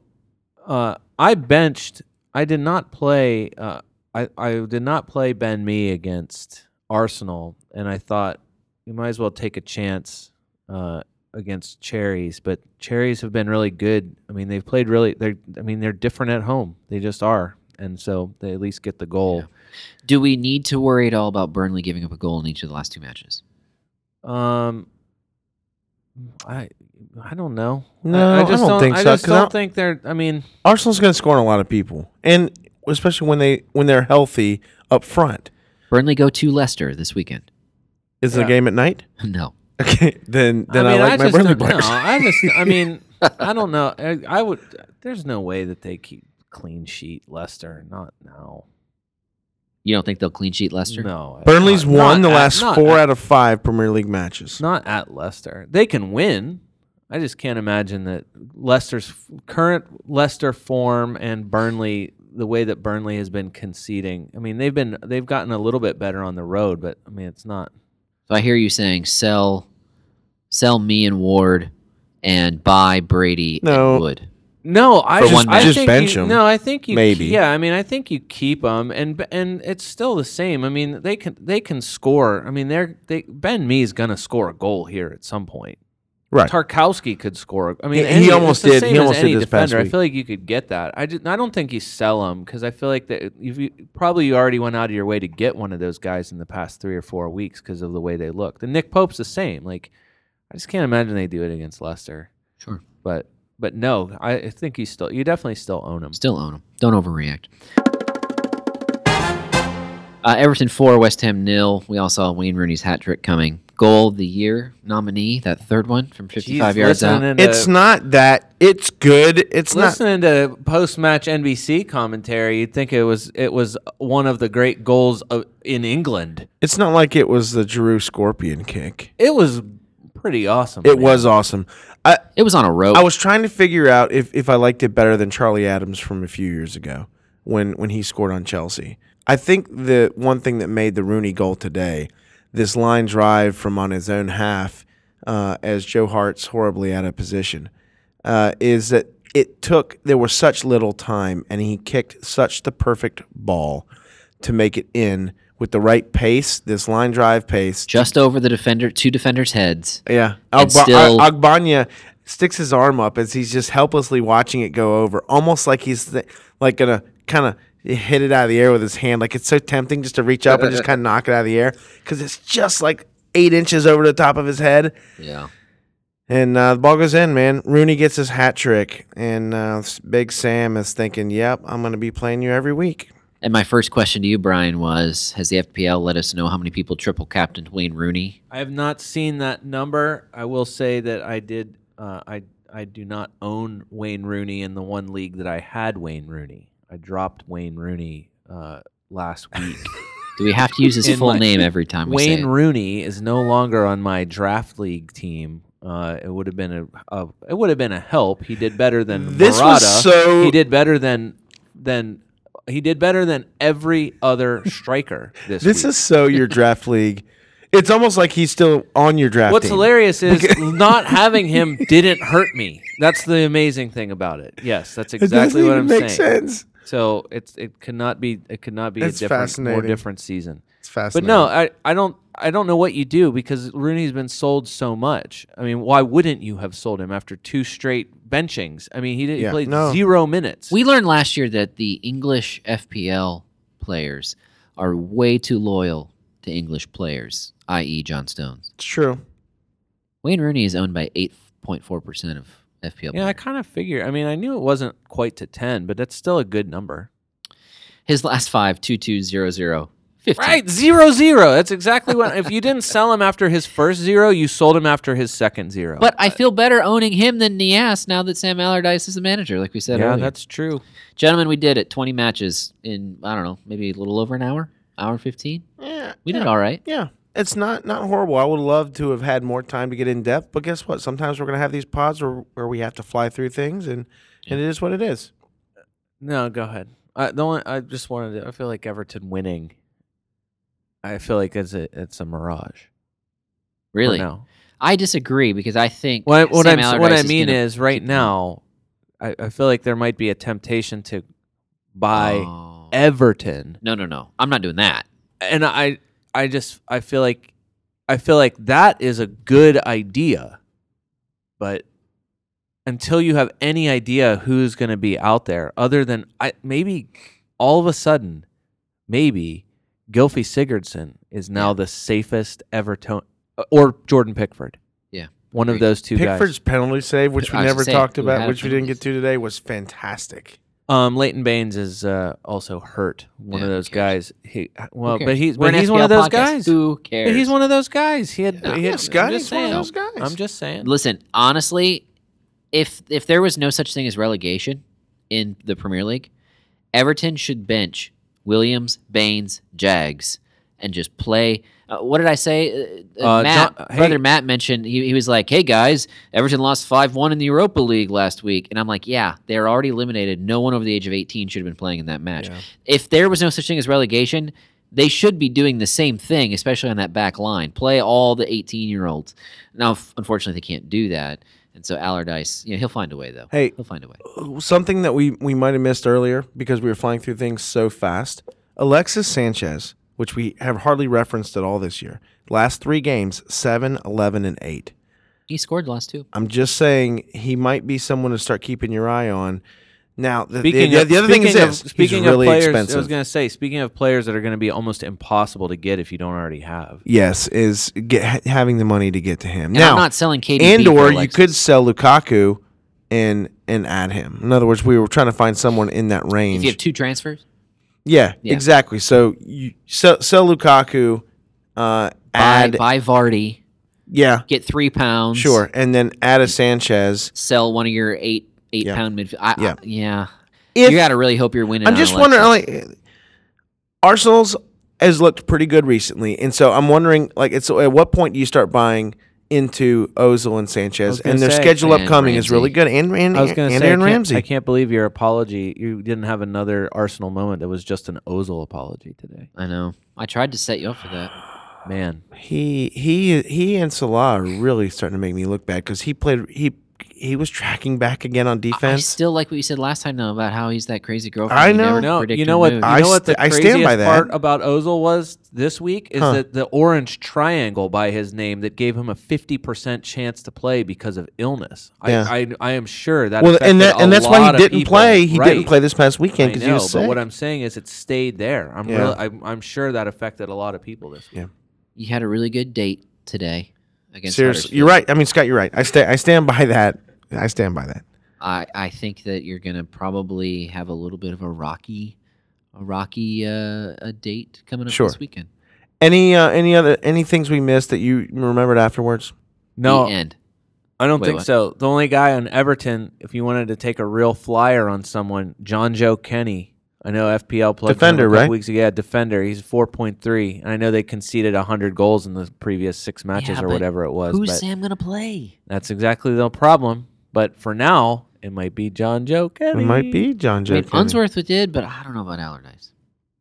uh, I benched I did not play. Uh, I I did not play Ben Me against Arsenal, and I thought you might as well take a chance uh, against Cherries. But Cherries have been really good. I mean, they've played really. They're. I mean, they're different at home. They just are, and so they at least get the goal.
Do we need to worry at all about Burnley giving up a goal in each of the last two matches?
Um, I I don't know.
No,
I,
I
just
don't think
I
so,
just
'cause I
don't
don't-
think they're. I mean,
Arsenal's going to score on a lot of people, and especially when they when they're healthy up front.
Burnley go to Leicester this weekend.
Is it
Yeah.
a game at night?
No.
Okay, then then
I,
I,
mean,
like
I
my
just
Burnley
don't know.
players.
I just. I mean, I don't know. I, I would. There's no way that they keep clean sheet Leicester. Not now.
You don't think they'll clean sheet Leicester?
No. I-
Burnley's
not-
won
not
the
at-
last
not
four
at-
out of five Premier League matches.
Not at Leicester. They can win. I just can't imagine that Leicester's f- current Leicester form and Burnley, the way that Burnley has been conceding. I mean, they've been they've gotten a little bit better on the road, but I mean, it's not.
So I hear you saying sell, sell me and Ward, and buy Brady
No.
and Wood.
No, I
For
just,
one
I
match.
Just
think
bench
you,
'em,
No, I think you
maybe.
Yeah, I mean, I think you keep them, and and it's still the same. I mean, they can they can score. I mean, they're they Ben Mee's gonna score a goal here at some point.
Right.
Tarkowski could score. I mean,
He- he
any- it's
almost
the
did-
same
he
as
almost did
any
this past
defender. I
week.
feel like you could get that. I just, I don't think you sell them because I feel like that if you probably you already went out of your way to get one of those guys in the past three or four weeks because of the way they look. And Nick Pope's the same. Like, I just can't imagine they do it against Leicester.
Sure.
But but no, I I think you still you definitely still own him.
Still own them. Don't overreact. Uh, Everton four, West Ham nil. We all saw Wayne Rooney's hat trick coming. Goal of the year nominee, that third one from 55 yards out.
listening
It's
to,
not that. It's good. It's not.
listening to post match NBC commentary. You'd think it was it was one of the great goals of, in England.
It's not like it was the Giroux scorpion kick.
It was pretty awesome.
It
man.
was awesome. I
It was on a rope.
I was trying to figure out if if I liked it better than Charlie Adams from a few years ago when when he scored on Chelsea. I think the one thing that made the Rooney goal today, this line drive from on his own half, uh, as Joe Hart's horribly out of position, uh, is that it took there was such little time and he kicked such the perfect ball to make it in with the right pace, this line drive pace.
just over the defender, two defenders' heads.
Yeah.
And
Agba-
still-
Ag- Agbanya sticks his arm up as he's just helplessly watching it go over, almost like he's th- like gonna kind of hit it out of the air with his hand. Like it's so tempting just to reach up and just kind of knock it out of the air because it's just like eight inches over the top of his head,
Yeah.
and uh, the ball goes in. Man, Rooney gets his hat trick, and uh, s- Big Sam is thinking, "Yep, I'm gonna be playing you every week."
And my first question to you, Brian, was Has the FPL let us know how many people triple captained Wayne Rooney?
I have not seen that number. I will say that I did. Uh, I I do not own Wayne Rooney in the one league that I had Wayne Rooney. I dropped Wayne Rooney uh, last week.
Do we have to use his
In
full
my-
name every time we say
Wayne
it?
Rooney is no longer on my draft league team. Uh, it would have been a, a it would have been a help. He did better than
This was
Morata.
so-
he did better than than he did better than every other striker this
This
week.
is so your draft league. It's almost like he's still on your draft.
What's
team.
hilarious is not having him didn't hurt me. That's the amazing thing about it. Yes, that's
It doesn't
exactly
even
what I'm
make
saying.
sense.
So it's it could not be it could not be
That's
a different more
fascinating.
different season.
It's
But
fascinating.
no, I, I don't I don't know what you do because Rooney's been sold so much. I mean, why wouldn't you have sold him after two straight benchings? I mean, he didn't he
Yeah,
played
no.
zero minutes.
We learned last year that the English FPL players are way too loyal to English players, i.e., John Stones.
it's true.
Wayne Rooney is owned by 8.4% of FPL
yeah, I
players.
kind of figure. I mean, I knew it wasn't quite to ten, but that's still a good number.
His last five, 2200, 15.
Right, zero zero. That's exactly what. if you didn't sell him after his first zero, you sold him after his second zero.
But I feel better owning him than Nias now that Sam Allardyce is the manager, like we said
yeah,
earlier.
that's true.
Gentlemen, we did it. 20 matches in, I don't know, maybe a little over an hour, hour 15.
Yeah.
We did all right.
Yeah, it's not not horrible. I would love to have had more time to get in depth, but guess what? Sometimes we're going to have these pods where, where we have to fly through things, and and it is what it is.
No, go ahead. I the only, I just wanted to. I feel like Everton winning. I feel like it's a it's a mirage. Or
Really?
No.
I disagree because I think
What what,
Sam
I'm, s-
Allardyce
what I
is
mean
gonna-
is, right
keep them.
now, I, I feel like there might be a temptation to by
Oh.
Everton.
No, no, no. I'm not doing that.
and I I just I feel like I feel like that is a good idea, but until you have any idea who's going to be out there, other than I maybe all of a sudden, maybe Gilfy Sigurdsson is now the safest Everton or Jordan Pickford.
Yeah,
one of
agreed.
those two
Pickford's penalty save, which
I
we
was
never
saying,
talked
we had
about,
a
which we didn't
penalty.
get to today, was fantastic.
guys. Um, Leighton Baines is uh, also hurt. One
Yeah,
of
who
those guys.
cares?
He
Who
well,
cares?
Oh, but he's
We're
but
an
he's one of
FPL
those
podcast.
guys.
Who cares?
But he's one of those guys. He had.
Yeah.
he had
Yes, guys,
I'm
he's
just
one of
saying.
those guys.
I'm just saying.
Listen, honestly, if if there was no such thing as relegation in the Premier League, Everton should bench Williams, Baines, Jags, and just play. Uh, what did I say? Uh, uh,
Uh,
Matt,
John- hey.
brother Matt mentioned he, he was like, "Hey guys, Everton lost five one in the Europa League last week," and I'm like, "Yeah, they're already eliminated. No one over the age of 18 should have been playing in that match. If there was no such thing as relegation." They should be doing the same thing, especially on that back line. Play all the 18 year olds. Now, f- unfortunately, they can't do that. And so Allardyce, you know, he'll find a way, though.
Hey,
he'll find a way.
something that we, we might have missed earlier because we were flying through things so fast. Alexis Sanchez, which we have hardly referenced at all this year, last three games 7, 11, and 8.
He scored the last two.
I'm just saying he might be someone to start keeping your eye on. Now, the,
Speaking
the,
of,
the other thing is
speaking
this,
of, speaking
he's really
of players,
expensive.
I was going to say, speaking of players that are going to be almost impossible to get if you don't already have.
yes, is get, ha- having the money to get to him.
And
now,
I'm not selling KDB.
and
for
or you
Alexis.
could sell Lukaku and and add him. In other words, we were trying to find someone in that range.
If you have two transfers,
Yeah,
Yeah.
exactly. So you sell, sell Lukaku, uh, add
buy, buy Vardy,
yeah,
get three pounds.
sure, and then add a Sanchez.
Sell one of your eight eight
Yeah.
pound midfield. I, yeah.
Yeah.
I, yeah.
If
you got to really hope you're winning.
I'm
on
just
Alexis.
wondering, like Arsenal's has looked pretty good recently, and so I'm wondering, like, it's at what point do you start buying into Ozil and Sanchez,
gonna
and their
say-
schedule
And
upcoming is
Ramsey.
really good, and and,
I was going to
and
say, I
Aaron
can't,
Ramsey.
I can't believe your apology. You didn't have another Arsenal moment that was just an Ozil apology today.
I know. I tried to set you up for that.
Man,
He he he and Salah are really starting to make me look bad because he played he he was tracking back again on
I
defense.
still like what you said last time, though, about how he's that crazy girlfriend.
I
you
know.
never
no,
predict
you
her
know what? You
moves.
I
know what
st-
the
I
craziest
stand by that.
part about Ozil was this week is
Huh.
that the orange triangle by his name that gave him a fifty percent chance to play because of illness.
Yeah.
I, I, I am sure that
well,
affected
and that,
a
and that's why he
lot of
didn't
people.
play. He
Right.
didn't play this past
I
weekend because he
know,
was sick.
But what I'm saying is, it stayed there. I'm
Yeah.
real- I'm, I'm sure that affected a lot of people this week.
You had a really good date today against
Seriously,
Huddersfield.
you're right. I mean, Scott, you're right. I stay I stand by that. I stand by that.
I, I think that you're gonna probably have a little bit of a rocky, a rocky uh, a date coming up
Sure.
this weekend.
Any uh, any other any things we missed that you remembered afterwards?
No,
the end.
I don't
Wait,
think
what?
so. The only guy on Everton, if you wanted to take a real flyer on someone, John Joe Kenny. I know FPL played
Defender,
a couple
right?
Weeks ago, yeah, defender. He's four point three, and I know they conceded hundred goals in the previous six matches
Yeah,
or
but
whatever it was.
Who's
but
Sam gonna play?
that's exactly the problem. But for now, it might be John Joe Kenny.
It might be John
I mean,
Joe. Kenny.
Unsworth we did, but I don't know about Allardyce.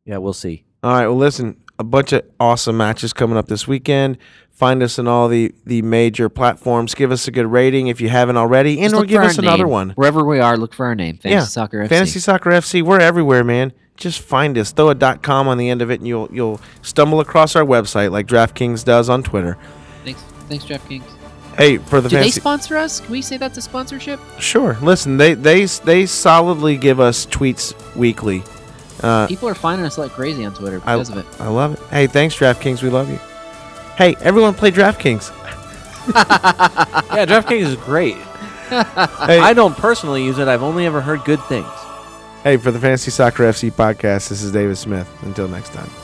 Yeah, we'll see.
All right. Well, listen, a bunch of awesome matches coming up this weekend. Find us on all the the major platforms. Give us a good rating if you haven't already, and
Just
or
look
give
for our
us another
name.
one.
Wherever we are, look for our name. Fantasy
Yeah.
Soccer FC.
Fantasy Soccer FC. We're everywhere, man. Just find us. Throw a dot .com on the end of it, and you'll you'll stumble across our website like DraftKings does on Twitter.
Thanks, thanks, DraftKings.
Hey, for the
Do they
fantasy,
sponsor us? Can we say that's a sponsorship?
sure. Listen, they they they solidly give us tweets weekly. Uh,
People are finding us like crazy on Twitter
I,
because of it.
I love it. Hey, thanks DraftKings. We love you. Hey, everyone, play DraftKings.
yeah, DraftKings is great.
Hey,
I don't personally use it. I've only ever heard good things.
hey, for the Fantasy Soccer FC podcast, this is David Smith. Until next time.